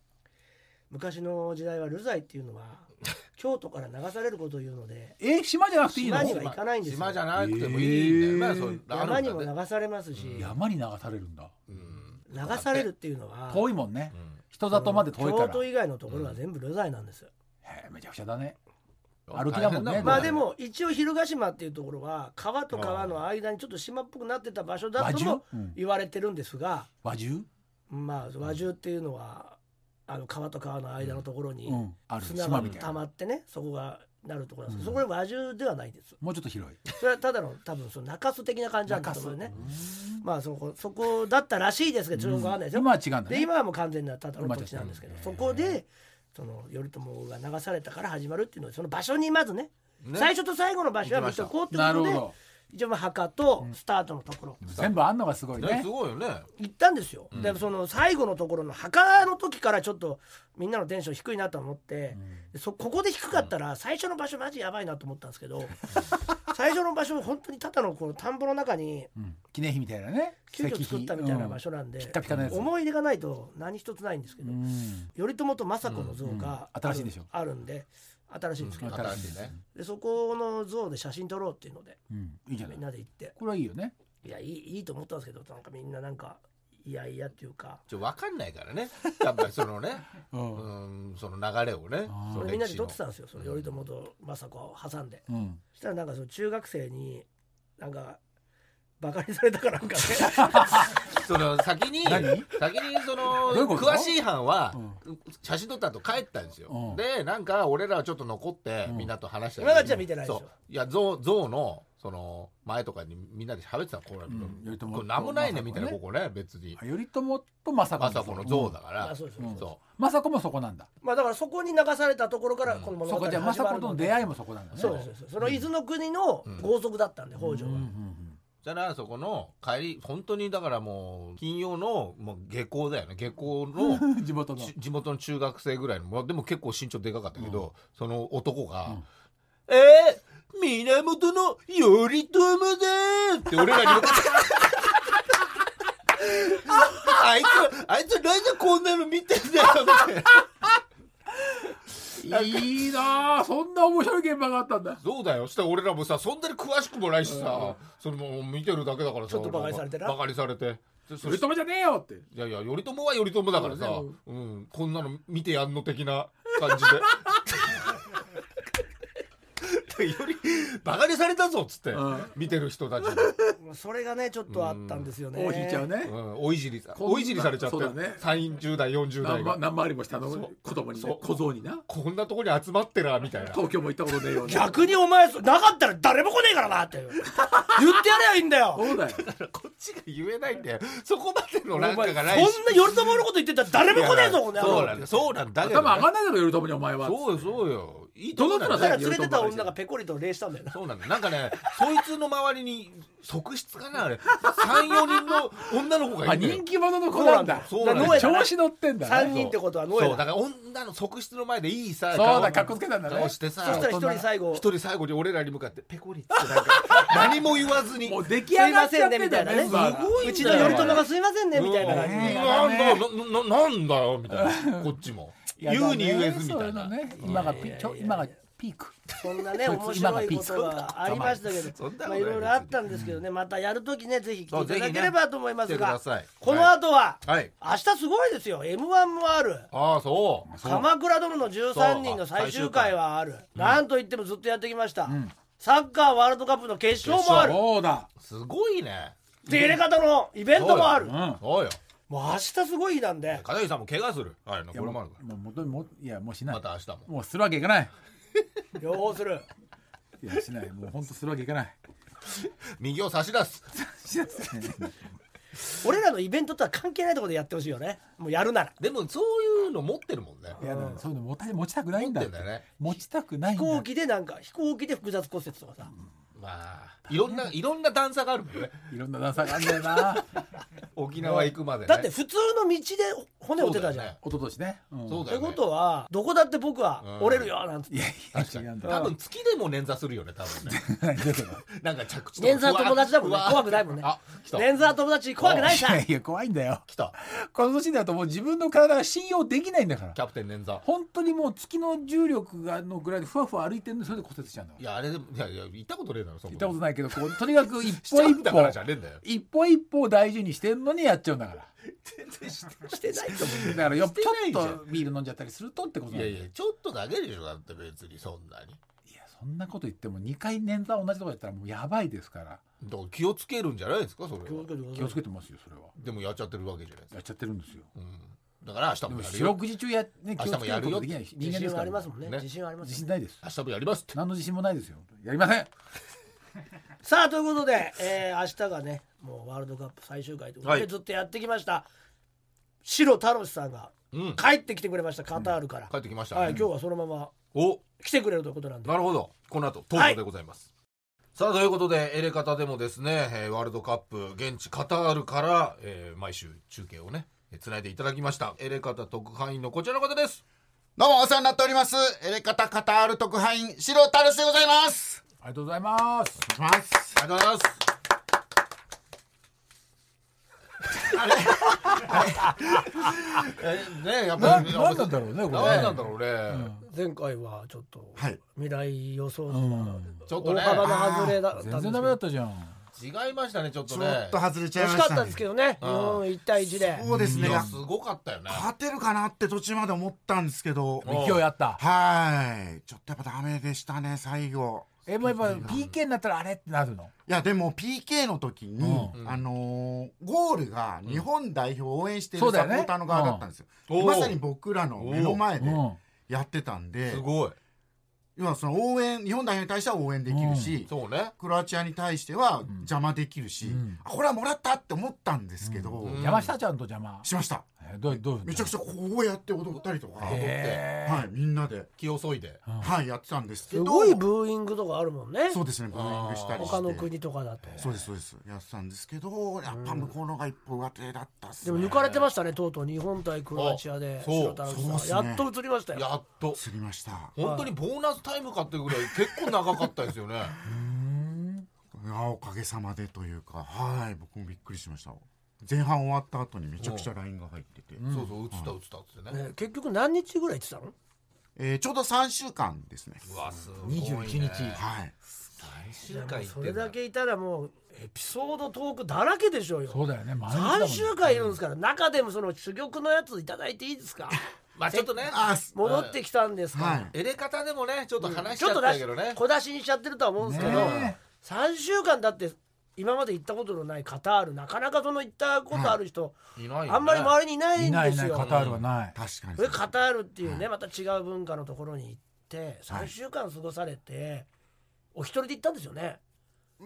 S1: 昔の時代は流罪っていうのは 京都から流されることを言うので
S3: え島じゃなくていいの
S1: 島には行かないんですよ
S2: 島じゃなくてもいいんだよね、
S3: へー
S2: そうあるんだ
S1: 山
S2: ね
S1: にも流されますし、
S3: 山に流されるんだ
S2: うん
S1: 流されるっていうのは
S3: 遠いもんね人里まで遠いか
S1: 京
S3: ら
S1: 都以外のところは全部流罪なんですよ、
S3: へえめちゃくちゃだね歩きだもんね
S2: 大変
S1: まあで
S2: ね
S1: も一応蛭ヶ島っていうところは川と川の間にちょっと島っぽくなってた場所だとも
S3: 和獣
S1: 言われてるんですが、
S3: 和獣
S1: まあ和獣っていうのはあの川と川の間のところに
S3: うんある
S1: 砂
S3: 島
S1: が
S3: みた
S1: 溜
S3: い
S1: ま
S3: な
S1: ってねそこがなるところなんですけど、そこで和獣ではないです
S3: もうちょっと広い
S1: それはただの多分その中洲的な感じなんですよねまあそこそこだったらしいですけどちょっとわかんないですよ、
S3: 今は違うんだ
S1: で
S3: ね
S1: 今はもう完全なただの土地なんですけどそこでその頼朝が流されたから始まるっていうのはその場所にまずね
S2: ね
S1: 最初と最後の場所は見とこうってこ
S3: なる
S1: と
S3: ほ
S1: で
S3: ど
S1: 一応まあ墓とスタートのところ
S3: 全部あんのがすごい
S2: ね
S3: ね
S2: すごいよね
S1: 行ったんですよ、でその最後のところの墓の時からちょっとみんなのテンション低いなと思って、そここで低かったら最初の場所マジやばいなと思ったんですけど 最初の場所本当にただのこの田んぼの中に
S3: うん記念碑みたいなね
S1: 急遽作ったみたいな場
S3: 所
S1: 所なんで、
S3: ピカピカのやつ
S1: 思い出がないと何一つないんですけど、頼朝と政子の像が
S3: う
S1: あ
S3: ん
S1: る、
S3: 新しいでしょ
S1: あるんで新しいんですけど、
S2: 新しいね
S1: でそこの像で写真撮ろうっていうので
S3: うんいいじゃな
S1: み
S3: い
S1: んなで行って
S3: これはいいよね
S1: いやいいいいと思ったんですけどなんかみんななんかいやいやっていうか
S2: ちょ分かんないからねやっぱりそのね
S3: う
S2: うんんその流れをね
S3: あー
S2: その
S1: みんなで
S2: 歴史
S1: 撮っ
S2: の
S1: てたんですよその頼朝と政子を挟んで
S3: うん
S1: そしたらなんかその中学生になんかバカにされたかなんかね
S2: その先に先
S3: 何
S2: にその
S3: どういうこと
S2: 詳しい班は写真撮った後帰ったんですよ、
S3: うん
S2: でなんか俺らはちょっと残って
S3: うん
S2: みんなと話した
S1: 今だっちは見てないでしょ
S2: そういや象象のその前とかにみんなで喋ってたのこれ、
S3: ん頼朝
S2: これなんもないね
S3: と
S2: みたいなここね別に
S3: あ頼朝と政
S2: 政
S3: 子
S2: 子
S3: の
S2: の象だから、
S1: あそうそうそう
S3: うん
S1: そう
S2: そ
S3: 政子もそこなんだ
S1: まあだからそこに流されたところからこの物
S3: そ
S1: 語
S3: こじゃ
S1: が
S3: あ
S1: 始ま
S3: 政
S1: る
S3: 子と
S1: の
S3: の
S1: で
S3: 出会いもそこなんだね
S1: そうですそうですその伊豆の国の豪族だったんで北条
S3: うん
S1: は
S3: うん
S2: うじゃあそこの帰り本当にだからもう金曜のもう下校だよね下校の
S3: うん地元の
S2: ち地元の中学生ぐらいのまあでも結構身長でかかったけど、その男が「えー、源の頼朝でー!」って俺らに向かって。 あいつ、あいつなんでこんなの見てんだよ って。
S3: いいなあ そんな面白い現場があったんだ
S2: そうだよ。したら俺らもさ、そんなに詳しくもないしさ、それも見てるだけだからさ。
S1: ちょっと馬鹿にされてな
S2: バカにされて。でそ
S3: 頼朝じゃねえよって
S2: いやいや、頼朝は頼朝だからさ、うん、こんなの見てやんの的な感じで。 より、バカにされたぞっつって、
S3: うん
S2: 見てる人たちに。
S1: まあそれがねちょっとあったんですよね
S3: 大引いちゃうね
S2: うん、おいじりさ、
S3: こんな
S2: おいじりされちゃって、
S3: そうだね
S2: 30代、40代
S3: 何ま
S2: が、
S3: 何回りも下の子供に
S2: そ
S3: ね
S2: う
S3: 小僧にな
S2: こんなとこに集まってら、みたいな。
S3: 東京も行ったことねえような
S1: 逆にお前そなかったら誰も来ねえからなっていう言ってやればいいんだよ
S3: そうだよ
S2: こっちが言えないんだよ。そこまでの
S1: お
S2: な
S1: 前そ
S2: んか
S1: んな
S2: がない
S1: 頼朝のこと言ってたら誰も来ねえぞこの野郎
S2: そうなんだ、そうなんだけど
S3: 頭
S2: ね、
S3: 上がんないだろ頼朝にお前は
S2: そうよ、そうよ。いい
S3: どの
S1: だ
S3: 面
S1: から
S3: だ
S1: 連れてた女がペコリと礼したんだよな
S2: そうなんだ。なんかね、そいつの周りに側室かなあれ。三四人の女の子が
S3: あ
S2: いるのよ。
S3: 人気者の子なんだ
S2: そうなんだ
S1: だから
S3: 調子乗ってんだ
S1: 三
S3: ね
S1: 人ってことはノエだ
S2: そうだから女の側室の前でいいさ
S3: そう
S2: 顔
S3: だかっこつけたんだね
S2: 顔してさ
S1: そしたら一人最後
S2: 一人最後に俺らに向かってペコリってなんか何も言わずに
S3: もう
S2: で
S3: 出来上がっちゃって
S1: すいませんねみたいなね
S3: メンバーが
S1: す
S2: ごいんだよ
S1: うちの頼朝がすいませんねみたいな感じで
S3: ね
S2: なんだなななんだよみたいなこっちも
S3: やだ
S2: 言うに言え
S3: ね
S2: ずみたいな
S3: そううのね今がピちょ今がピーク
S1: そんなね
S3: そい
S1: 面
S3: つ今が
S1: 白い
S3: ピー
S1: こ
S3: ク
S1: とがありましたけど
S2: そんなことない
S1: まあいろいろあったんですけどねまたやるときねぜひ来
S2: そう
S1: ていただけ
S2: ぜ
S1: れ
S2: ひね
S1: ばと思います
S2: 来てく
S1: が
S2: ださい
S1: この後は
S2: はい
S1: 明日すごいですよ m 1もある
S2: ああそう
S1: 鎌倉殿の13人の最終回はあるなんといってもずっとやってきましたサッカーワールドカップの決勝もある
S3: そうだ
S2: すごいね
S1: 出れ方のイベントもある
S3: う
S1: もうん
S2: そうよ
S1: 明日すごい日なんで
S2: 片桐さんも怪我するあれのこれもあるから
S3: もう元にもいやもうしない
S2: また明日も
S3: もうするわけいかない
S1: 両方する
S3: いやしないもう本当するわけいかない
S2: 右を差し出す
S3: しないですね
S1: 俺らのイベントとは関係ないところでやってほしいよねもうやるなら
S2: でもそういうの持ってるもんね
S3: いやだからそういうの持た持ちたくないんだっ
S2: 持
S3: て
S2: ってんだよね
S3: 持ちたくない
S1: 飛
S3: んだ
S1: 行機でなんか飛行機で複雑骨折とかさ
S2: まあいろんないろんな段差があるもんね
S3: いろんな段差があんだよな
S2: 沖縄行くまでね
S1: だって普通の道で骨折ってたじゃん、
S2: そうだよね
S3: 一昨年ね、うん
S2: そう
S1: っ
S2: だ
S1: て
S2: よね
S1: ことはどこだって僕は
S2: うん
S1: 折れるよなんつって
S3: いやいや
S2: 確か
S3: 違うん
S2: に
S3: だ
S2: 多分月でも捻挫するよね多 分ね
S3: だけど
S2: なんか着地とか
S1: 捻挫は友達だもんね
S2: うわ
S1: 怖くないもんね
S2: あ来た
S1: 捻挫は友達怖くない
S3: い
S1: さ
S3: やいや怖いんだよ
S2: 来た
S3: この年になるともう自分の体が信用できないんだから
S2: キャプテン捻挫
S3: 本当にもう月の重力がのぐらいでふわふわ歩いてるのにそれで骨折しちゃうんだか
S2: い
S3: ら
S2: やあれでもいやいや行ったことねえだろそん
S3: 行
S2: な
S3: ったこと
S2: い
S3: ないけどこうとにかく一
S2: しち
S3: 歩
S2: ゃっ
S3: 一
S2: たからじゃ
S3: 歩
S2: ねえんだよ
S3: 一歩一歩を大事にしてんのにやっちゃうんだから
S1: してないと思う
S3: だからよ
S2: してない
S3: ち
S2: じゃ
S3: ょ
S2: ん
S3: っとビール飲んじゃったりするとってこと
S2: い
S3: な
S2: や
S3: んだよ
S2: いやちょっとだけでしょだって別にそんなに
S3: いやそんなこと言っても2回捻挫同じとこやったらもうやばいですから
S2: だから気をつけるんじゃないですかそれ
S1: 気を
S2: は
S1: つけてくだ
S3: 気
S1: さい
S3: をつけてますよそれは
S2: でもやっちゃってるわけじゃないです
S3: や
S2: か
S3: っちゃってるんですよ
S2: うんだから明日
S3: で
S2: も
S3: も
S2: やる
S3: 四
S2: よ
S3: 六時中や、ね、気をつけることできない人
S1: 自
S3: 間で
S1: 信
S3: す
S1: は
S3: か
S1: ありま
S3: ら
S1: すもんね
S2: ね
S1: 自信はあります
S3: 自信ないです
S2: 明日もやりますって
S3: 何の自信もないですよやりません
S1: さあということで、えー明日がねもうワールドカップ最終回ということで、
S2: はい
S1: ずっとやってきました白太郎さんが
S2: うん
S1: 帰ってきてくれましたカタールから、
S2: 帰ってきましたね
S1: はい、今日はそのまま
S2: お
S1: 来てくれるということなんで
S2: なるほど。この後、トークでございます。さあ、ということで、エレカタでもですね、えーワールドカップ、現地カタールから、えー毎週中継をね、えー繋いでいただきました。エレカタ特派員のこちらの方です。
S4: どうもお世話になっております。エレカタカタール特派員、シロタルスでございます。
S3: ありがとうございます
S4: お願いします。
S2: ありがとうございます。あれあ れえねやっぱ
S3: な
S2: り
S3: なんなんだろうねこれね
S2: なんなんだろうね。
S1: 前回はちょっと
S4: はい
S1: 未来予想図が
S2: ちょっと
S1: 大
S2: ね、
S1: 幅な外れだったんで
S3: 全
S1: すけ
S3: 然
S1: ど
S3: ダメだったじゃん
S2: 違いましたねちょっと
S4: ちょ
S2: ね
S4: っと外れちゃい
S1: 惜し
S4: ました、ね、
S1: かったですけどね日
S2: うん
S1: 本1対1で
S4: そうですね
S2: いやすごかったよね
S4: 勝てるかなって途中まで思ったんですけど
S2: うん
S3: 勢いあった
S4: はいちょっとやっぱダメでしたね最後
S3: えもうやっぱ PK になったらあれってなるの
S4: いやでも PK の時に、
S2: うん
S4: あのーゴールが日本代表を応援してい
S3: そ
S4: る
S3: うだ
S4: サ
S3: よ
S4: ポ
S3: ね
S4: ーターの側だったんです
S2: う
S4: よ、
S2: ん
S4: まさに僕らの目の前でやってたんで、
S2: すごい
S4: 要はその応援日本代表に対しては応援できるし、
S2: そうね
S4: クロアチアに対しては邪魔できるし、
S3: うん
S4: あこれはもらったって思ったんですけど、
S2: うんうん
S3: 山下ちゃんと邪魔
S4: しました
S3: えどうどういうふうに
S4: めちゃくちゃこうやって踊ったりとか、
S3: へー
S4: はい、みんなで、
S2: 気を削いで
S3: うん
S4: はい、やってたんですけ
S1: す
S4: ど
S1: ごいブーイングとかあるもんね
S4: そうですねブーイングしたりして
S1: 他の国とかだと
S4: そうですそうですやってたんですけどやっぱ向こうのが一歩上手だったっす
S1: で
S4: ね
S1: も抜かれてましたねとうとう日本対クロアチアで
S2: あそう
S1: 白田さん
S4: そうっすね
S1: やっと映りましたよ
S2: やっと
S4: すりましたい
S2: 本当にボーナスタイムかっていうぐらい結構長かったですよね
S4: やおかげさまでというかはい僕もびっくりしました前半終わった後にめちゃくちゃ LINE が入ってて、
S2: そうそう打つた打つたっつってね
S1: ね結局何日ぐらい行ってたの
S4: えーちょうど3週間ですね
S2: うわすごいね
S3: 21日
S4: はい
S2: 最終回行
S1: そ
S2: って
S1: れ
S2: んだ
S1: だけいたらもうエピソードトークだらけでしょうよ
S3: そうだよね毎日だもんね
S1: 3週間いるんですから中でもその珠玉のやついただいていいですか
S2: まあちょっとね
S4: あす
S1: 戻ってきたんですから、
S4: はい
S2: 入れ方でもねちょっと話
S1: ち
S2: しち
S1: ょ
S2: ゃ
S1: っと
S2: ったけど
S1: 出
S2: ね
S1: し小出しにしちゃってるとは思うんですけど、
S3: ね
S1: 3週間だって今まで行ったことのないカタールなかなかその行ったことある人、
S2: いないよね
S1: あんまり周りにいない
S3: い
S1: ん
S3: ないい
S1: です
S3: ない
S1: よ
S3: カタールはない
S4: 確かに
S1: でカタールっていうねまた違う文化のところに行って3週間過ごされてお一人で行ったんですよね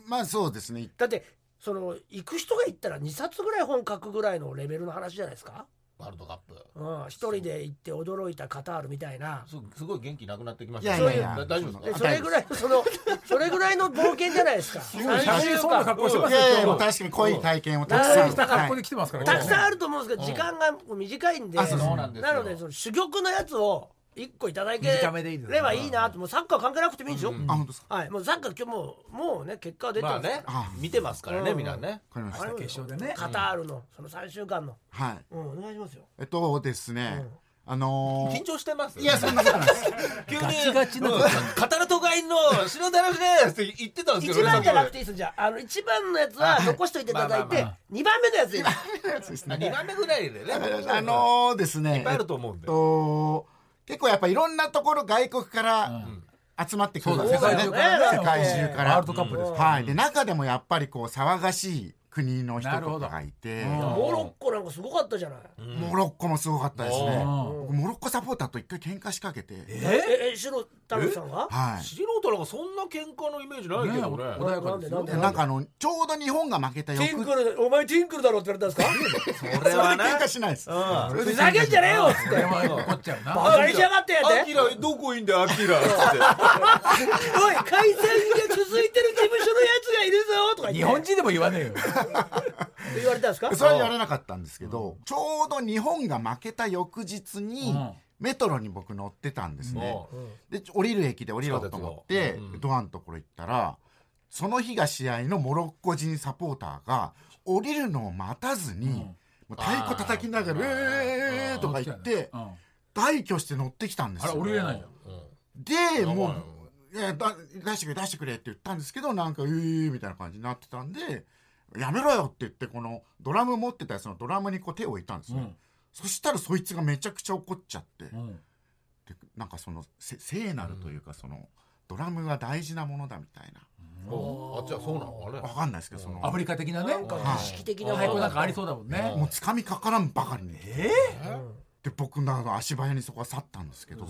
S4: まあそうですね
S1: だってその行く人が行ったら2冊ぐらい本書くぐらいのレベルの話じゃないですか
S2: ワールドカップ
S1: うん、一人で行って驚いたカタールみたいな
S2: すすごい元気なくなってきまし
S4: い
S2: た
S4: や
S2: ね
S4: いやいや
S2: だ大丈夫で
S1: ですそ
S2: か
S1: れぐらいのそのそれぐらいの冒険じゃないですか
S3: ごい
S1: 3週
S3: 写真そんな
S1: 間
S3: 格好してま
S4: い
S3: すよ
S4: やい
S3: 今
S4: や
S3: 日
S4: もう
S3: は
S4: 確かに濃い体験をたくさん、
S3: した格好
S4: は
S3: で
S4: い
S3: 来てますから
S1: たくさんあ
S3: る
S1: ると思うんですけど
S2: うん
S1: 時間が短いんで
S4: あそう
S2: そうなんですよ
S1: なのでその珠玉のやつを1個いただけ
S3: 短めでいいですね
S1: ればいいなともうサッカー関係なくてもいいでしょ、
S2: うんうん
S4: あ本当ですか
S1: はい、もうサッカー今日もうもうね結果は出てま
S2: まあ
S1: すから
S2: ね
S4: あ
S2: 見てますからね
S1: うん
S2: みんなね
S4: わかりました
S1: あれも
S3: 決勝でね
S1: カタールのその3週間の、
S4: はい
S1: うん、お願いしますよ
S4: えっとですね、あのー
S2: 緊張してます
S4: いやそんなことないです
S2: 急に
S3: ガチガチの
S2: うんカタルトガインの白だらしですって言ってたんですけ
S1: 1
S2: どね
S1: 番じゃなく
S2: さ
S1: ていいですじゃああの1番のやつは残しといていただい
S2: まあ
S1: て
S2: まあ
S1: 2番目のやつでいいです
S2: っきの2番目ぐらいでね
S4: あのーですね
S2: いっぱいあると思うん
S4: えっ
S2: で
S4: と結構やっぱいろんなところ外国から
S3: ん
S4: 集まってくるん
S1: そう
S4: で
S1: だ
S4: す
S3: 世
S4: よ
S1: そうだ
S3: 界
S4: ね
S3: 中からね
S4: 世界中から
S3: ワールドカップですから
S4: はいで中でもやっぱりこう騒がしい国の人とかがいて
S3: なるほ
S1: モロッコなんかすごかったじゃない、
S4: モロッコもすごかったですね
S3: うん
S4: 僕モロッコサポーターと一回喧嘩しかけて
S1: ええ白田中さんが
S4: は
S2: 素人なんかそんな喧嘩のイメージないけどね
S3: 穏やかですよ
S1: なんで
S4: いなんかあのちょうど日本が負けた
S1: ティン
S4: 翌
S1: クルお前ティンクルだろって言われたんですか
S2: これはな
S4: 喧嘩しないですそれで
S1: ふざけんじゃねえよっつっ
S3: これ
S1: て
S3: は怒っちゃうな
S1: バカにしやがってって
S2: アキラどこいんだよアキラつって
S1: おい解散が続いてる事務所のやつがいるぞとか言って
S3: 日本人でも言わねえよ
S1: 言われたんですか
S4: それは言われなかったんですけど、ちょうど日本が負けた翌日に、
S3: うん
S4: メトロに僕乗ってたんですね
S2: う、
S4: で降りる駅で降りようと思っ
S2: 地下鉄
S4: て、
S2: をうん
S4: ドアのところ行ったらその日が試合のモロッコ人サポーターが降りるのを待たずに、もう太鼓叩きながら「
S2: あー
S4: えー!」とか言って
S3: うん
S4: 大挙して乗ってきたんです
S3: あれ降り
S4: よ
S3: れないよ
S4: で
S2: うん
S4: もういやだ出してくれ出してくれって言ったんですけどなんか「うー」みたいな感じになってたんで「やめろよ」って言ってこのドラム持ってたやつのドラムにこう手を置いたんですよ、
S3: うん
S4: そしたらそいつがめちゃくちゃ怒っちゃって、
S3: うん
S4: でなんかそのせ聖なるというかその、ドラムが大事なものだみたい
S2: あっちはそうなのか
S4: な
S2: ね
S4: わかんないですけどその
S3: アフリカ的なね
S1: なんか儀式的な
S3: 太
S1: もの
S3: 鼓なんかありそうだもんね
S4: もうつかみかからんばかりに
S3: え
S4: で僕のあの足早にそこは去ったんですけど、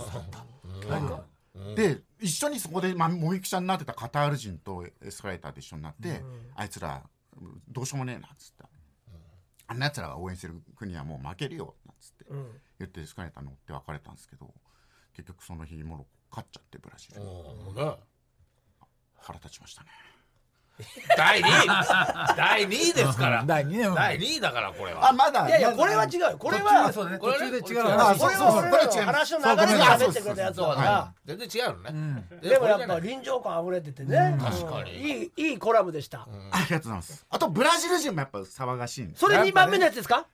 S3: えなんか
S4: で一緒にそこで、まあ、もみくちゃになってたカタール人とエスカレーターで一緒になって、あいつらどうしようもねえなっつって、あんなやつらが応援してる国はもう負けるよなんつって
S1: うん
S4: 言ってエスカレーター乗って別れたんですけど結局その日モロッコ勝っちゃってブラジル
S2: うんね
S4: 腹立ちましたね
S2: 第2位第2位ですから
S3: うん第二位ねうん
S2: 第2位だからこれ
S4: あ
S2: は
S4: まだ
S1: いやいやこれは違うよこれは
S3: 途中でそうだね
S2: これね
S3: 途中で違う
S4: あ
S1: こ
S3: 話
S4: そう
S1: れ
S4: そう
S1: は
S4: そう
S1: 俺
S4: これ
S1: ら
S4: は
S1: の
S4: 違います
S1: 話の流れで喋ってくれたやつだ
S2: そう
S1: か
S2: だ
S1: ら
S2: ね全然違うのね
S1: でもやっぱ
S2: リ
S1: 臨場感あふれててね
S2: 確かに
S1: うんいいいいコラムでした
S4: ありがとうございますあとブラジル人もやっぱ騒がしいんです
S1: それ2番目のやつですか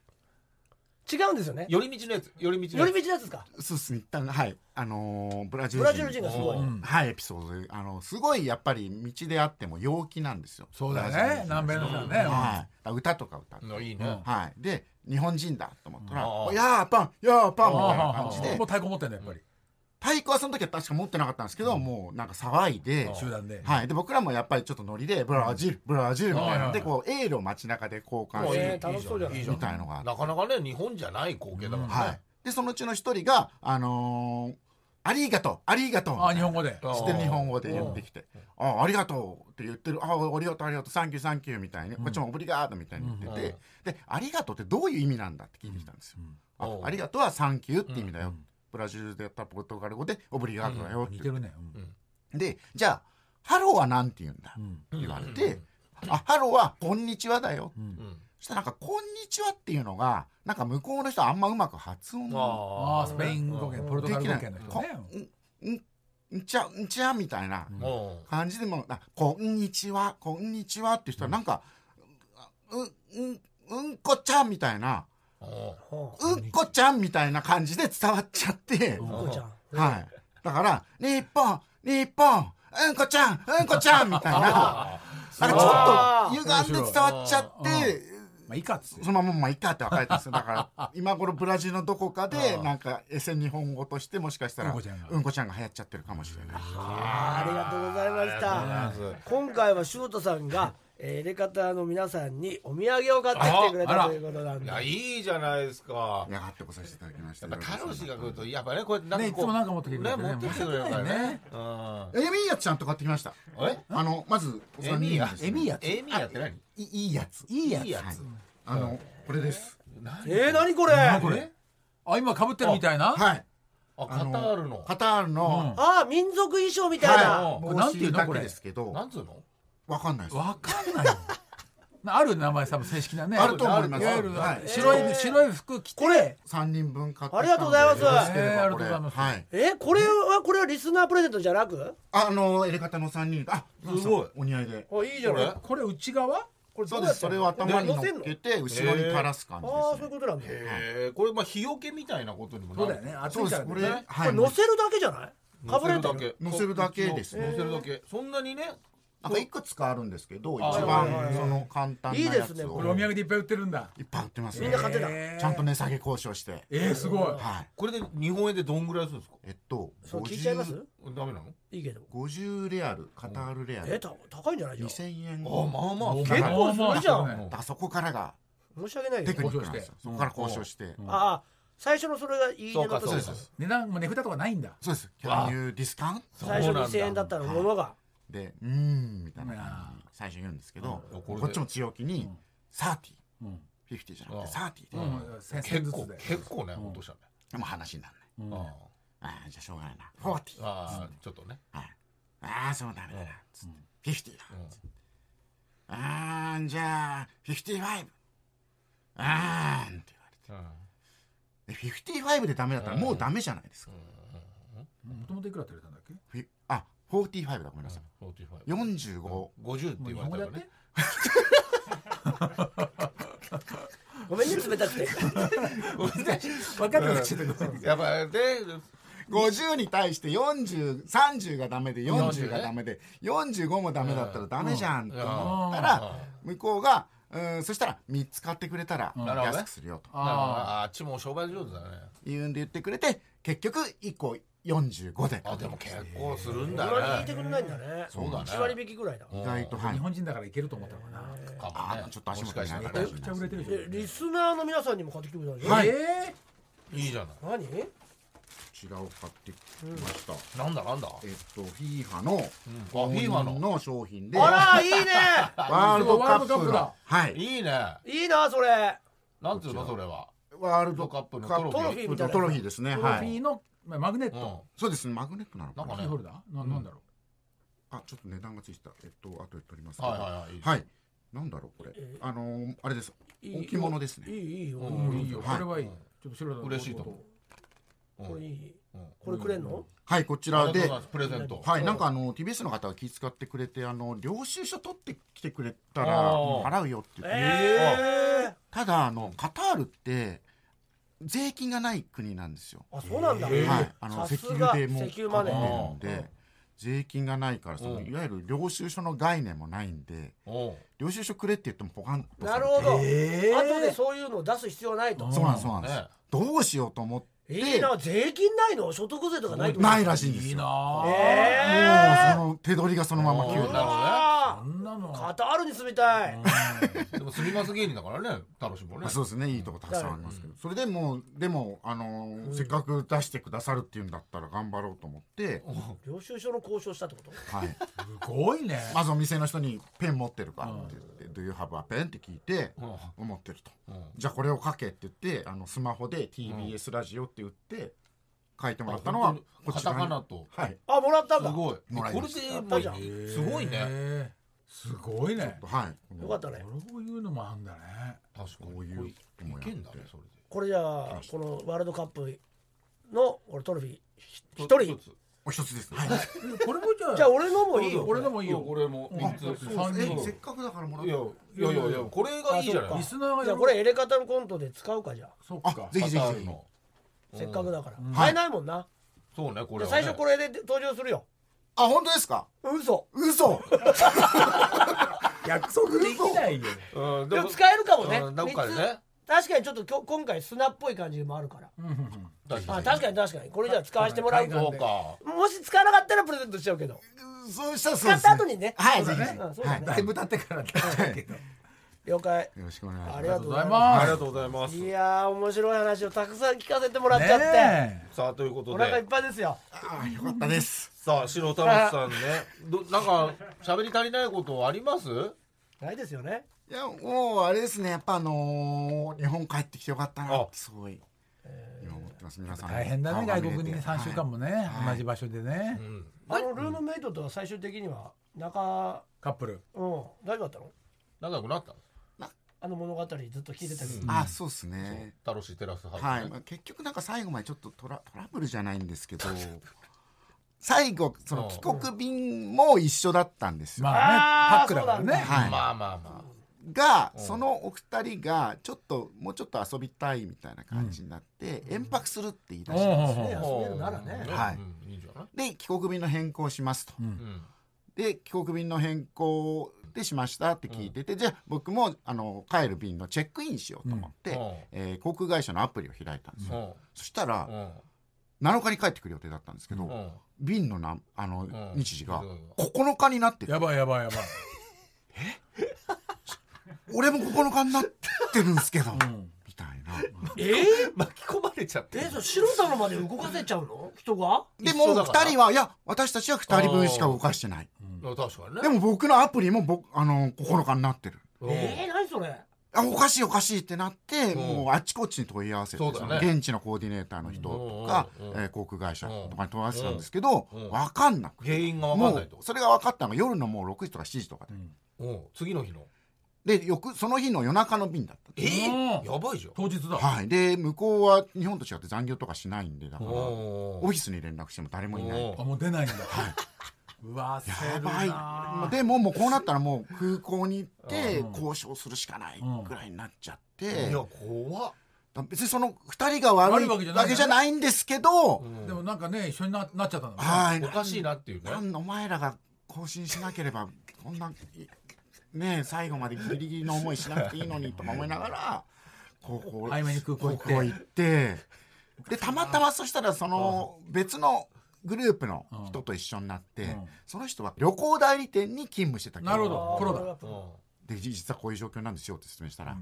S1: 違うんですよね。
S2: 寄り道のやつ寄り道の
S1: 寄り
S2: やつ
S1: 道のやつですか。
S4: そうですね一旦はいあのーブラジル
S1: ブラジル人がすごい。
S2: う
S1: うん
S2: ん
S4: はいエピソードであのすごいやっぱり道であっても陽気なんですよ
S3: そうだよ
S4: ブラジル
S3: ね
S4: 人
S3: 南米の人はね、
S4: はい、歌とか歌って、
S2: のいいね
S4: はい、で日本人だと思ったら
S2: うん
S4: 「おやーパンやーパン」みたいな感じ
S3: うん
S4: で
S3: もう太鼓持ってんだやっぱり、
S4: 太鼓はその時は確か持ってなかったんですけど、もうなんか騒いで、
S3: 集団で、
S4: はい、で僕らもやっぱりちょっとノリで「ブラジルブラジル」みたいな
S3: うん
S4: のでこうエールを街中で交換
S2: も
S4: し
S2: ういい
S1: え
S4: て
S1: ー楽しそうじゃない
S2: いいじゃん
S4: みたいのがあって
S2: なかなかね日本じゃない光景だからね、
S4: はい、でそのうちの一人が「あのーありがとうありがとう」
S3: あ日本語で
S2: あー
S4: して日本語で言ってきて「あありがとう」って言ってる「あありがとうありがとうサンキューサンキュー」みたいに、こっちも「オブリガード」みたいに言ってて、で「ありがとう」ってどういう意味なんだって聞いてきたんですよ。あ
S2: おう
S4: ありがとうは「サンキュー」って意味だよ。ブラジルでやったポルトガル語で「オブリガード」だよって
S3: 似
S4: 言っ
S3: る
S4: て
S3: ね、うん
S4: でじゃあ「ハロー」は何て言うんだって言われて「あハロー」は「こんにちは」だよ。
S2: うん
S4: そしたらなんか「こんにちは」っていうのがなんか向こうの人はあんまうまく発音
S3: あ
S2: あ
S3: あスペイン語圏ポルト
S4: で
S3: ガル
S4: き
S3: 語
S4: ない
S3: 圏の人
S4: こ
S3: ね
S4: んんんちゃんちゃみたいな
S2: うんうん
S4: 感じでもあこんにちはこんにちはって人はなんかううんうんこちゃんみたいなうんこちゃんみたいな感じで伝わっちゃって、
S1: こうちゃん。
S4: はいだから日本日本うんこちゃんうんこちゃんみたい ななんかちょっと歪んで伝わっちゃって
S3: まあいいかっつって
S4: そのまままあいいかって別れたんですよだから今頃ブラジルのどこかでなんかエセ日本語としてもしかしたら
S3: うんこちゃんが
S4: うんこちゃんが流行っちゃってるかもしれない。
S1: あーありがとうございま
S2: ありがとうござい
S1: した。今回はシュートさんが、えー、入れ方の皆さんにお土産を買ってきてくれ
S3: あ
S1: た
S3: ら
S1: ということなん
S2: い
S1: で
S2: や。いいじゃないですか
S4: いやがってこさせていただきました。
S2: やっぱタロシが来るとやっぱねこうやって
S3: ねい
S2: こう
S3: つもなんか持ってきてくれてね
S2: ね持ってきてくれるから
S3: 申し訳ない
S2: ね
S3: ね
S2: うん
S4: エミーヤちゃんと買ってきました。
S2: え
S4: あのまず
S2: エミヤ
S4: エミーヤ
S2: エミヤって何
S4: いいいやつ。
S3: いいやつ
S2: いいや
S4: はい
S2: つ
S4: あのこれです。
S1: えー、何これ。
S3: あこれあ今被ってるみたいな、
S4: はい。
S2: あカ
S4: あ
S2: タ
S4: の
S2: ールの
S4: カタールの
S1: あー民族衣装みたいな。
S4: はい
S3: これ
S4: 帽
S3: なんていう
S4: 子
S3: の
S4: だ
S3: こ
S4: け
S3: れ
S4: ですけど
S2: な、んつうの
S4: わかんないです。
S3: わかんないよなある名前さ正式なね
S4: あると思います
S3: いわゆる、
S4: はい
S3: 白い、
S1: えー
S3: 白い服着て
S1: これ
S4: 三人分買って
S1: ありがとうございます
S4: よろしければ
S3: えーありがとう
S4: これ
S3: ございます
S4: はい。
S1: えこれはこれはリスナープレゼントじゃなく？
S4: あのエレカタの三人あ
S2: すごい
S4: すごいお似合いで。
S1: あいいじゃ
S2: こ
S1: ない。
S2: れ
S1: あ
S3: これ内側
S1: これど
S4: そうう
S1: や
S4: で
S1: って
S4: す。それを頭に乗っけて後ろに垂らす感
S1: あ
S4: じ
S1: あーそういう
S4: です
S1: こ
S4: ね。
S1: となんだ。こ
S2: へえこれまあ日よけみたいなことにもな
S3: そ
S2: る
S3: うだよね暑
S4: そう
S3: い
S4: で
S3: か
S4: す。
S3: ら
S4: これ
S3: ね
S1: れ
S4: はい。
S1: 乗せるだけじゃない？か
S2: 乗
S1: ぶ
S2: せ
S1: れ
S2: る
S1: て
S2: だ
S1: る。
S2: け
S4: 乗せるだけですね
S2: 乗せるだけそんなにね
S4: なんかいくつかあるんですけど一
S2: あー
S4: 番その簡単なやつを
S1: いいですね
S3: これお土産でいっぱい売ってるんだ
S4: いっぱい売ってます
S1: みんな買ってた。
S3: えー
S4: ちゃんと値下げ交渉して。
S3: えー、すごい
S4: はい。
S2: これで日本円でどんぐらいするんですか
S4: えっと、
S1: そう聞いちゃいます
S4: 50？
S2: ダメなの
S1: いいけど。
S4: 50レアル、カタールレア
S1: え
S4: ル、
S1: た高いんじゃないじゃん。
S4: 2000円。
S2: あまあまあ
S3: お
S2: 結
S3: 前
S2: 構するじゃ
S3: まあま
S2: ん
S4: だからそこからが
S1: 申し訳ないけ
S4: テ
S1: ど
S4: ク。ニックなん
S3: 交渉
S4: で
S3: し
S4: す
S3: て
S4: よ。そこから交渉して。
S1: ああ最初のそれがいい
S2: そ
S1: ね
S2: うか
S1: と
S2: そうか
S3: 値段も値札とかないんだ
S4: そうです。
S2: わ
S4: Can you discount?
S1: 最初2000円だったのものが。
S4: で、うーん、みたいな
S3: う
S4: 感
S3: わ
S4: じに最初言うんですけど、
S2: うん
S4: こっちも強気に、30、50じゃなくて30で、
S3: うん1000円
S2: 結
S3: ずつ
S2: 構
S3: で
S2: 結構ね落としたね
S4: でも話にならない。
S2: あ
S4: ああ、じゃあしょうがないな。40。はい
S2: あーちょっとね
S4: ああ、そうダメだな。つって50だ。あーんじゃあ55あーんって言われてで55でダメだったらもうダメじゃないですか、
S3: もともといくらって言われたんだっけ
S4: フィあ45だごめんなさい
S2: 45
S4: 45、
S2: 50って
S3: もう
S2: 言
S3: 日
S2: われ
S3: 本
S2: たか
S3: 語
S2: ら
S3: でやって
S2: ね
S1: ごめんね冷たく て。
S3: 分かってますけど
S2: やっぱね
S4: 50に対して4030がダメで40
S2: 40
S4: がダメで45もダメだったらダメじゃんって思った
S3: うん
S4: ら向こうがうんそしたら3つ買ってくれたら
S2: なるほどね
S4: 安くするよと
S3: あ
S2: ああっちも商売上手だね
S4: 言うんで言ってくれて結局1個45で
S2: あでも結構するん
S1: そんなに
S2: だ
S1: 引いてく
S2: ね
S1: れないんだね。
S2: そうだね
S1: 1割引きぐらいだ。
S4: 意外とは
S3: あ日
S4: い
S3: 本人だからいけると思ったのかな
S2: かも
S4: あ
S2: ね
S4: ちょっと足
S2: も
S4: 元
S2: しかした
S4: 長
S2: ら
S4: い
S3: め
S2: ね
S3: ちゃくちゃ売れてる
S1: え
S3: で
S1: リ
S3: し
S1: スナーの皆さんにも買ってきてくれたんじ
S3: ょ
S1: ゃ
S4: は
S1: ん
S4: い
S3: え
S2: いいじゃない
S1: 何？
S4: 違う買ってきました、
S2: なんだなんだ
S4: えっと、FIFA の、
S2: あ FIFA の
S4: の商品で、
S1: あらいいね。
S4: ワールドカ
S3: ワー
S4: ップ
S3: ルドカップ
S4: の
S3: だ、
S4: はい、
S2: いいね
S1: いいなそれ。
S2: なんつうのそれは
S4: ワール
S2: ド
S4: ド
S2: カッ
S4: カッ
S2: プ
S4: プ
S2: の
S4: の
S2: トロフィ
S1: トロフィ
S2: ー
S1: ーみたい
S4: ト
S1: な
S4: ロフィーですね、
S3: ートロフ
S4: は
S3: ィー
S4: い。
S3: のまあマグネッ
S2: う
S3: ト
S2: ん
S4: そうですね、マグネットなのか
S2: な。
S4: なん
S3: キ
S2: か
S3: ーホルダーななんだろ
S4: あ、ちょっと値段がついてた。えっと、後で取りますけど。
S2: はいはいはい
S4: はい。なんだろう、これ。あのー、あれです。置物です
S1: いい
S4: ね。
S1: いいよ。
S3: うもういいよ
S4: はい
S3: これはいいちょっと白だ
S2: 嬉しいと思
S1: これいい。
S2: うん
S1: これくれんの？
S4: はい、こち
S2: あり
S4: ら
S2: がとうござい
S4: で
S2: ま。すプレゼント
S4: はい、なんかあの TBS の方が気遣ってくれてあの領収書取ってきてくれたら
S2: あー
S4: 払うよって言って
S1: ええ。
S4: ただあのカタールって税金がない国なんですよ。
S1: あそうなんだ、
S2: えー
S4: はい、あの
S1: さ
S4: 石
S1: すが
S4: 油でもう
S1: 石油マネ
S2: ー
S4: 囲んでるので税金がないからその
S2: うん
S4: いわゆる領収書の概念もないんで
S2: おう
S4: 領収書くれって言ってもポカンと
S1: な
S4: さ
S1: る
S4: れて
S1: ほど、
S3: えー
S1: 後でそういうのを出す必要はないと、
S3: うん
S4: そうなんですそうなんです、
S2: ね
S4: どうしようと思っ
S1: いい
S4: て
S1: な税金ないの所得税とかないってこと
S4: ないらしいんですよ
S3: いいなあ
S1: えー
S4: もうその手取りがそのまま
S2: ー
S4: 給
S2: なるほ
S4: 料
S2: どね
S1: うわ
S3: そんなの
S1: ーカタールに住みたい、
S2: でも住みます芸人だからね楽しもね
S4: まあそうですねいいとこたくさんありますけど、それでもうでも、あのーせっかく出してくださるっていうんだったら頑張ろうと思って、
S1: 領収書の交渉したってこと
S4: はい、
S3: すごいね
S4: まずお店の人に「ペン持ってるか?」って言って「Do you have a pen?」って聞いて
S2: うん
S4: 「持ってる」と
S2: うん
S4: 「じゃあこれを書け」って言ってあのスマホで TBS ラジオって打って書いてもらったのは
S2: 本当にカタカナと
S4: はい
S1: あもらったん
S2: す
S1: だ
S2: ごい
S4: もらい
S2: こ
S4: ま
S2: れ
S4: した
S2: で
S1: ったじゃん
S2: もうすごいね
S3: ねすごいね
S4: はい
S1: よかったね
S3: こういうのもあんだね
S2: 確かに
S4: こういう
S2: これいけんだねそれで
S1: これじゃあこのワールドカップの俺トロフィーひ一
S2: 一
S1: 人
S2: つ
S4: お一つですねはい
S3: えこれもじゃあ
S1: じゃあ俺のもいいよ
S3: 俺のもいいよ
S2: 俺も
S3: うん
S2: 三つ
S3: そうですね
S4: え
S2: 三
S4: せっ
S2: つ
S4: かくだからもら
S2: いや
S4: う
S2: いやいやいやこれがいいじゃな
S1: あ
S2: い
S3: リスナーが
S1: じゃあこれエレカタのコントで使うかじゃあ
S3: そっ
S4: あ
S3: か
S4: ぜひぜひ
S2: カター
S4: ぜ
S2: ル
S4: ひ
S2: の
S1: せっかくだから
S3: うん
S1: 買えないもんな
S2: そうね
S1: じ
S2: これ
S1: ゃあ
S2: は
S1: 最初こ
S2: れ
S1: れで登場するよ
S4: あ本当ですか
S1: 嘘
S4: 嘘
S3: 約束できないよ
S2: うん
S1: でも使えるかもね
S2: うんどっかで
S1: 三
S2: ね
S1: つ確かにちょっときょ今回砂っぽい感じもあるから
S3: うんうん
S2: 確
S1: あ確かに確かにこれじゃあ使わせてもらう
S3: 海
S2: そ
S1: と
S2: うか
S1: もし使わなかったらプレゼントしちゃうけど
S4: そうしたらそ
S1: 使っ
S4: うですね
S1: た後にね
S4: はい
S1: そうだ
S4: ぜ
S1: ね
S4: ひ
S1: うんそうだ
S3: うん
S1: ね
S3: だいぶ経ってからだったけど
S1: 了解
S4: よろしくお願いします
S1: ありがとうござい
S3: あ
S1: ま
S2: ありがとうございますす
S1: いやー面白い話をたくさん聞かせてもらっちゃって
S3: ね
S2: さあということ
S1: お腹い
S2: で
S1: っぱいですよ
S4: あーよかったです
S2: さあ白田さんねど なんか喋り足りないことあります
S1: ないですよね
S4: いやもうあれですねやっぱあのー日本帰ってきてよかったなってすごい今思ってます皆
S3: え
S4: さん
S3: 大変だね外
S4: 顔が見れ
S3: 国
S4: て
S3: に3週間もね
S4: はい
S3: 同じ場所でね
S2: うん
S1: あのルームメイトとは最終的には仲
S3: カップル
S1: うん大丈夫だったの
S2: 仲良くなった
S1: あの物語ずっと聞いてたけど、
S4: あそうですね
S2: そう楽しいテラスハウスね
S4: はい、まあ、結局なんか最後までちょっとトラトラブルじゃないんです けど最後その帰国便も一緒だったんですよ、
S3: ま
S1: あー
S3: あねパックだから
S1: そうだ
S3: ね
S4: はい
S2: まあまあま
S4: が、
S2: うん
S4: そのお二人がちょっともうちょっと遊びたいみたいな感じになって、遠泊するって言い出
S3: うん
S4: し
S3: う
S4: たんです、
S3: んうん
S1: いや
S2: あ
S1: そういうのならね
S4: はい
S2: うんいいんじゃない
S4: で帰国便の変更しますと、
S3: うん
S2: うん
S4: で帰国便の変更でしましたって聞いてて、じゃあ僕もあの帰る便のチェックインしようと思って、えー航空会社のアプリを開いたんです
S2: う
S4: よ、
S2: ん
S4: そしたら
S2: う、ん
S4: 7日に帰ってくる予定だったんですけど、
S2: うんうん
S4: 便のなあの、
S2: ん
S4: 日時が
S2: うん
S4: 9日になってて
S3: やばいやばいやばい
S4: 俺も9日になってるんですけど、みたい な
S1: え
S2: 巻き込まれちゃって
S1: え
S2: る
S1: えそう白田のまで動かせちゃうの人が
S4: で
S2: 一緒
S4: も
S2: だから
S4: 2人はいや私たちは2人分しか動かしてない
S2: うん確かにね
S4: でも僕のアプリも僕あの9日になってる
S2: うん
S1: えー、何それ
S4: あおかしいおかしいってなって、
S2: うん
S4: もうあっちこっちに問い合わせて、
S2: そうだ
S4: そ
S2: よ
S4: の
S2: ね
S4: 現地のコーディネーターの人とか、
S2: うんうんうん
S4: えー航空会社とかに問い合わせたんですけど、
S2: うんうん
S4: 分かんなくて
S2: 原因が分かんないと
S4: もうそれが分かったのが夜のもう6時とか7時とか
S2: うん次の日の
S4: でで翌その日の夜中の便だったんです
S2: え
S3: うん
S2: やばいじゃん
S3: 当日だ
S4: はい、で向こうは日本と違って残業とかしないんでだからオ
S2: お
S4: フィスに連絡しても誰もいな
S2: お
S4: い
S2: ー
S3: あもう出ないんだうわ焦
S4: や
S3: るな
S4: ばいでももうこうなったらもう空港に行って交渉するしかないぐらいになっちゃって
S2: いや怖っ
S4: だ別にその2人が悪い
S3: 悪いわ
S4: わ
S3: け
S4: け
S3: じ
S4: じ
S3: ゃ
S4: ゃ
S3: な
S4: ないんですけど
S2: うん
S3: でもなんかね一緒にななっちゃったんだ
S4: は
S2: お
S4: い
S2: かしいなっていうね
S4: なんお前らが更新しなければこんなねえ最後までギリギリの思いしなくていいのにとか思いながらこうこう
S3: 早めに空港行って
S4: 空ってでたまたまそしたらその別のグループの人と一緒になって、
S3: うん
S4: その人は旅行代理店に勤務してたけ
S3: なるほどプロだ
S1: あー
S2: う
S4: でじ実はこういう状況なんですよって説明したら、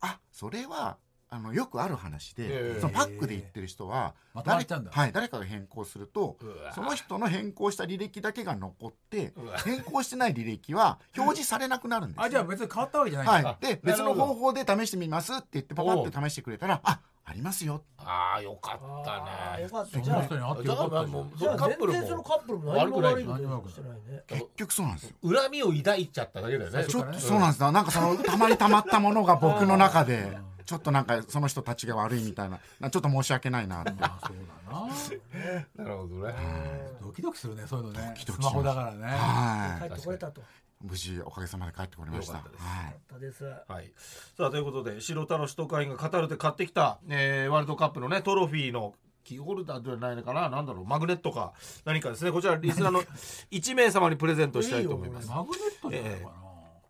S4: あそれはあのよくある話で、
S2: ええ
S4: そのパックで行ってる人は
S3: まとまっ
S4: 誰
S3: ちゃうんだ
S4: はい、誰かが変更すると
S2: うわ
S4: その人の変更した履歴だけが残って
S2: うわ
S4: 変更してない履歴は表示されなくなるんですよ
S3: あじゃあ別に変わったわけじゃないんだ
S4: はい、で
S2: なる
S4: 別
S2: ほど
S4: の方法で試してみますって言ってパパって試してくれたらあありますよ
S2: ああよかった
S1: あー
S2: ね
S1: よかった
S3: そ
S1: じゃ
S3: の
S1: あ
S3: 人に会って
S2: じ
S3: よ
S2: ゃ
S3: か
S2: あ
S3: っ
S2: まあ
S3: たじゃ
S2: も
S3: ん
S2: うそ
S1: じゃ
S2: の
S1: あ
S2: カップル
S1: 全然そのカ
S2: も
S1: ップルも何も悪いこと
S3: 悪くない
S1: してないね
S4: 結局そうなんですよ
S2: 恨みを抱いちゃっただけだよね
S4: ち
S3: そ
S4: ょ
S3: う
S4: っ
S3: かね
S4: とそうなんですだなんかそ のたまにたまったものが僕の中でちょっとなんかその人たちが悪いみたいななちょっと申し訳ないなって
S3: あそうだな
S2: なるほどね
S3: ドキドキするねそういうのね
S4: ドキドキします
S3: スマホだからね
S4: は
S1: 帰ってこれたと
S4: い無事おかげさまで帰ってこれました
S2: よかったです
S4: はい
S1: ったです。
S2: はい、さあということで白太郎首都会がカタールで買ってきた、えーワールドカップのねトロフィーのキーホルダーではないのかななんだろうマグネットか何かですねこちらリス ナーの1名様にプレゼントしたいと思います
S3: マグネットじゃないか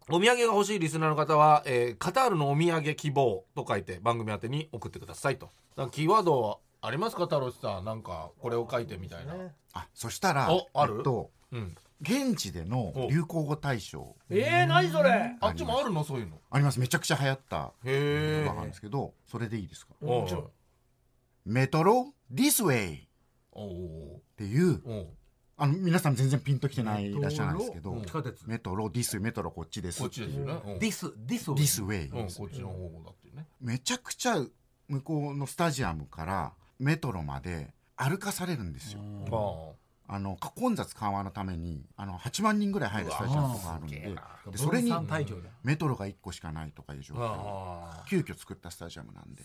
S3: な、
S2: お土産が欲しいリスナーの方は、えーカタールのお土産希望と書いて番組宛てに送ってくださいとなんかキーワードはありますか太郎さんなんかこれを書いてみたいな、
S1: ね
S4: あそしたら
S2: おある
S4: えっと
S2: うん
S4: 現地での流行語大賞
S1: えー、何それ。
S2: あっちもあるのそういうの
S4: ありますめちゃくちゃ流行った
S2: へ
S4: 言
S2: え
S4: 葉なんですけどそれでいいですか
S2: おう
S1: ちょ
S4: メトロ This way っ
S2: おう
S4: ていう
S2: おうおう
S4: あの皆さん全然ピンときてないらっしゃるんですけど
S2: メ
S3: 地下鉄
S4: メトロ This メトロこっちです
S2: こっちですよね、うん
S3: ディスディスを
S4: This way
S2: うん、こっちの方向だっていうね
S4: めちゃくちゃ向こうのスタジアムからメトロまで歩かされるんですよ
S3: うん
S2: ああ
S4: あの混雑緩和のためにあの8万人ぐらい入るスタジアムとかあるん
S2: う
S4: で
S2: わ
S4: でそれに
S3: 分散退場だ
S4: メトロが1個しかないとかいう状況
S2: あ
S4: 急遽作ったスタジアムなんで、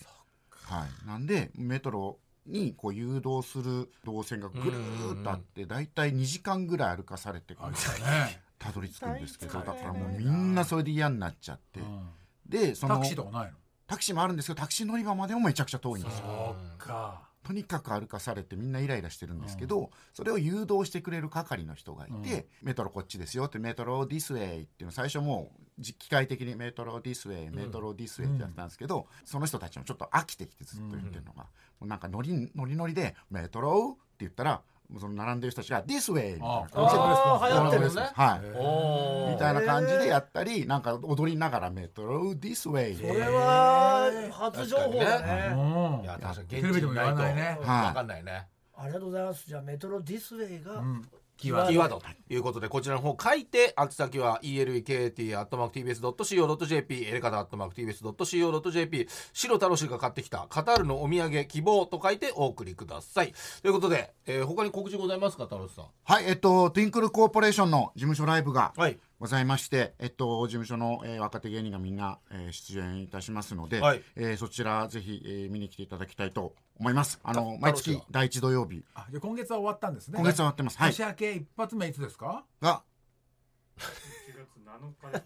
S4: はい、なんでメトロにこう誘導する動線がぐるーっとあって大体2時間ぐらい歩かされて
S3: あれだね
S4: たどり着くんですけど
S1: 大
S4: だ
S1: 体
S4: か
S1: ね
S4: らもうみんなそれで嫌になっちゃって
S3: うん
S4: でその
S3: タクシーとかないの
S4: タクシーもあるんですけどタクシー乗り場までもめちゃくちゃ遠いんですよ
S3: そうか
S4: とにかく歩かされてみんなイライラしてるんですけど、それを誘導してくれる係の人がいて、メトロこっちですよってメトロディスウェイっていうの最初もうじ機械的にメトロディスウェイメトロディスウェイってやってたんですけど、その人たちもちょっと飽きてきてずっと言ってるのが、もうなんかノリノリノリでメトロって言ったらもうその並んでる人たちがディスウェイみたいな
S1: ああー流行ってるね。
S4: はい
S2: あおー
S4: みたいな感じでやったり、なんか踊りながらメトロディスウェイと
S1: こ
S4: か
S1: れは初情報だ
S3: う
S1: ね。
S3: ん
S2: いや確かに
S3: テレビでも言わないね
S4: はい
S2: 分かんないね
S1: ありがとうございます。じゃあメトロディスウェイが、
S3: うんキ
S2: キ
S3: ー
S2: ー
S3: ワード
S2: ワードということでこちらの方書いて宛先は elekt.tbs.co.jp エレカタ .tbs.co.jp 白太郎氏が買ってきたカタールのお土産希望と書いてお送りくださいということで、えー、他に告知ございますか太郎氏さん
S4: はい、えっと、トゥインクルコーポレーションの事務所ライブが
S2: はい
S4: ございまして、えっと、事務所の、えー若手芸人がみんな、えー出演いたしますので、
S2: はい
S4: えーそちらぜひ、えー見に来ていただきたいと思います。あの、毎
S2: 楽しみ
S4: 月
S2: だ
S4: 第一土曜日、
S3: あじゃあ今月は終わったんですね
S4: 今月は終わってます。はい
S3: 年。明け一発目いつですか
S4: が、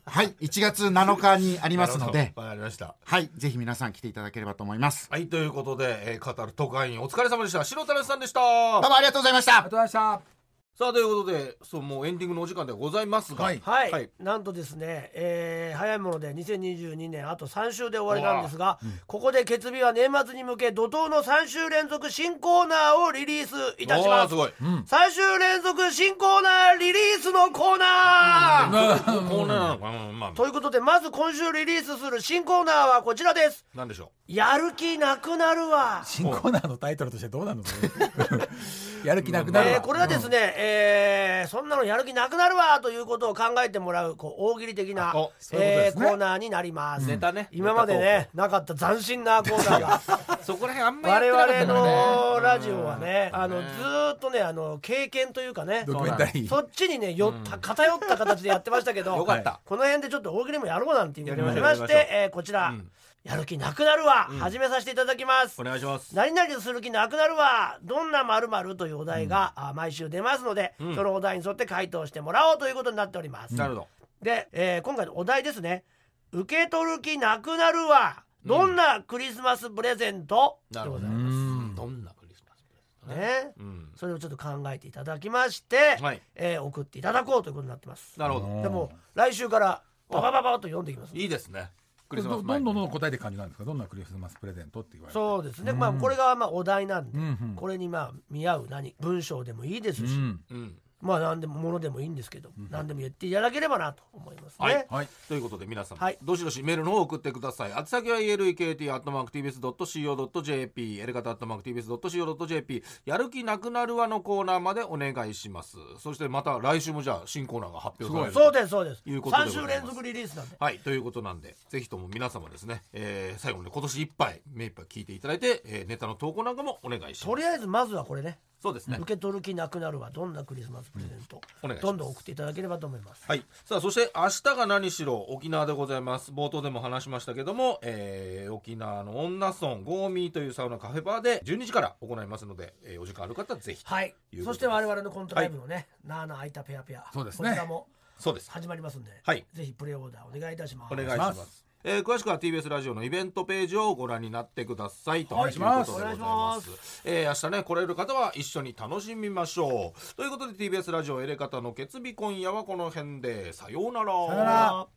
S4: はい、1月7日にありますので、
S2: わかりました
S4: はい、ぜひ皆さん来ていただければと思います。
S2: はいということで、えー、カタール特派員お疲れ様でした白太郎さんでした
S4: どうもありがとうございまし
S3: あ
S4: た
S3: りが。とうございました
S2: さあということでそうもうエンディングのお時間ではございますが、
S3: はい
S1: はい、
S2: はい
S1: なんとですね、えー早いもので2022年あと3週で終わりなんですが、ここで決日は年末に向け怒涛の3週連続新コーナーをリリースいたし
S2: お
S1: ま
S2: ー
S1: す
S2: すごい、
S1: 3週連続新コーナーリリースのコーナー、
S2: こんななのかな、うんまあ、
S1: ということでまず今週リリースする新コーナーはこちらです
S2: なんでしょ
S1: やる気なくなるわ
S3: 新コーナーのタイトルとしてどうなの やる気なくなるわ
S1: えーこれはですね、えーそんなのやる気なくなるわということを考えてもらうこう大喜利的な
S2: あそういうこと
S1: え
S2: で
S1: ー
S2: す
S1: コ
S2: ね
S1: ーナーになります、
S2: ネタね
S1: 今までねなかった斬新なコーナー が
S2: うそこら辺あんまりやって
S1: 我
S2: なか
S1: 々
S2: ったからね
S1: のラジオはねあのずーっとねあの経験というかね
S3: ドキュメンタリ
S1: そ
S3: ー
S1: っちにね寄った偏った形でやってましたけど
S2: よかった
S1: この辺でちょっと大喜利もやろうなんていうことになり
S2: や
S1: ま
S2: り
S1: し
S2: ま
S1: て
S2: しょうや
S1: えーこちら、やる気なくなるわ、始めさせていただきます
S2: お願いします
S1: 何々する気なくなるわどんな〇〇というお題が、あ毎週出ますので、そのお題に沿って回答してもらおうということになっております、
S2: なるほど
S1: で、えー今回のお題ですね受け取る気なくなるわどんなクリスマスプレゼント、
S2: な
S1: で
S2: る
S1: ご
S2: ほ
S1: ざ
S2: ど
S1: いま
S2: どんなクリスマスプレゼン
S1: すね、
S2: トねうん
S1: それをちょっと考えていただきまして、
S2: はい
S1: えー送っていただこうということになってます
S2: なるほど
S1: でも来週からバババババッと読んでいきます
S2: いいですねク
S3: こ
S2: リ
S3: れ
S2: ス
S3: ど
S2: マス
S3: どんどんど
S2: ん
S3: んどん答えていく感じなんですかどんなクリスマスプレゼントって言われて
S1: そうですね、まあこれがまあお題なんで、
S3: うんうん
S1: これにまあ見合う何文章でもいいですし、
S3: うん
S2: うん
S1: まあ何でもものでもいいんですけど、何でも言っていただければなと思いますね。
S2: はい
S3: はい
S2: ということで皆さん、
S1: はい
S2: どしどしメールの方を送ってください宛先は elekt.tbs.co.jp エレカタ .tbs.co.jp やる気なくなるわのコーナーまでお願いしますそしてまた来週もじゃあ新コーナーが発表される
S1: そうですそうです。
S2: いうことで
S1: 三
S2: ござ
S1: 週
S2: います
S1: 連続リリースなんで。
S2: はいということなんでぜひとも皆様ですね、えー最後にね今年いっぱい目いっぱい聞いていただいて、えーネタの投稿なんかもお願いします
S1: とりあえずまずはこれね、
S2: そうですね
S1: 受け取る気なくなるはどんなクリスマスプレゼント、
S2: うんお願いしま
S1: ど
S2: す
S1: んどん送っていただければと思います。
S2: はい、さあそして明日が何しろ沖縄でございます冒頭でも話しましたけども、えー沖縄の女村ゴーミーというサウナカフェバーで12時から行いますので、えーお時間ある方はぜひ
S1: はい
S2: いうことです
S1: そして我々のコントライブのね、なあなああいたペアペア、
S3: そうですね
S1: こちらも
S2: そうです
S1: 始まりますんで、
S2: はい
S1: ぜひプレオーダーお願いいたします
S2: お願いし
S3: ま
S2: ますす。えー詳しくは TBS ラジオのイベントページをご覧になってくださいと
S1: はい
S2: いうことでご
S1: お
S2: ざ
S1: 願い
S2: い
S1: し
S2: ま
S1: ます
S2: す。えー明日ね来れる方は一緒に楽しみましょう。ということで TBS ラジオエレカタの決日今夜はこの辺でさようなら。
S3: さようなら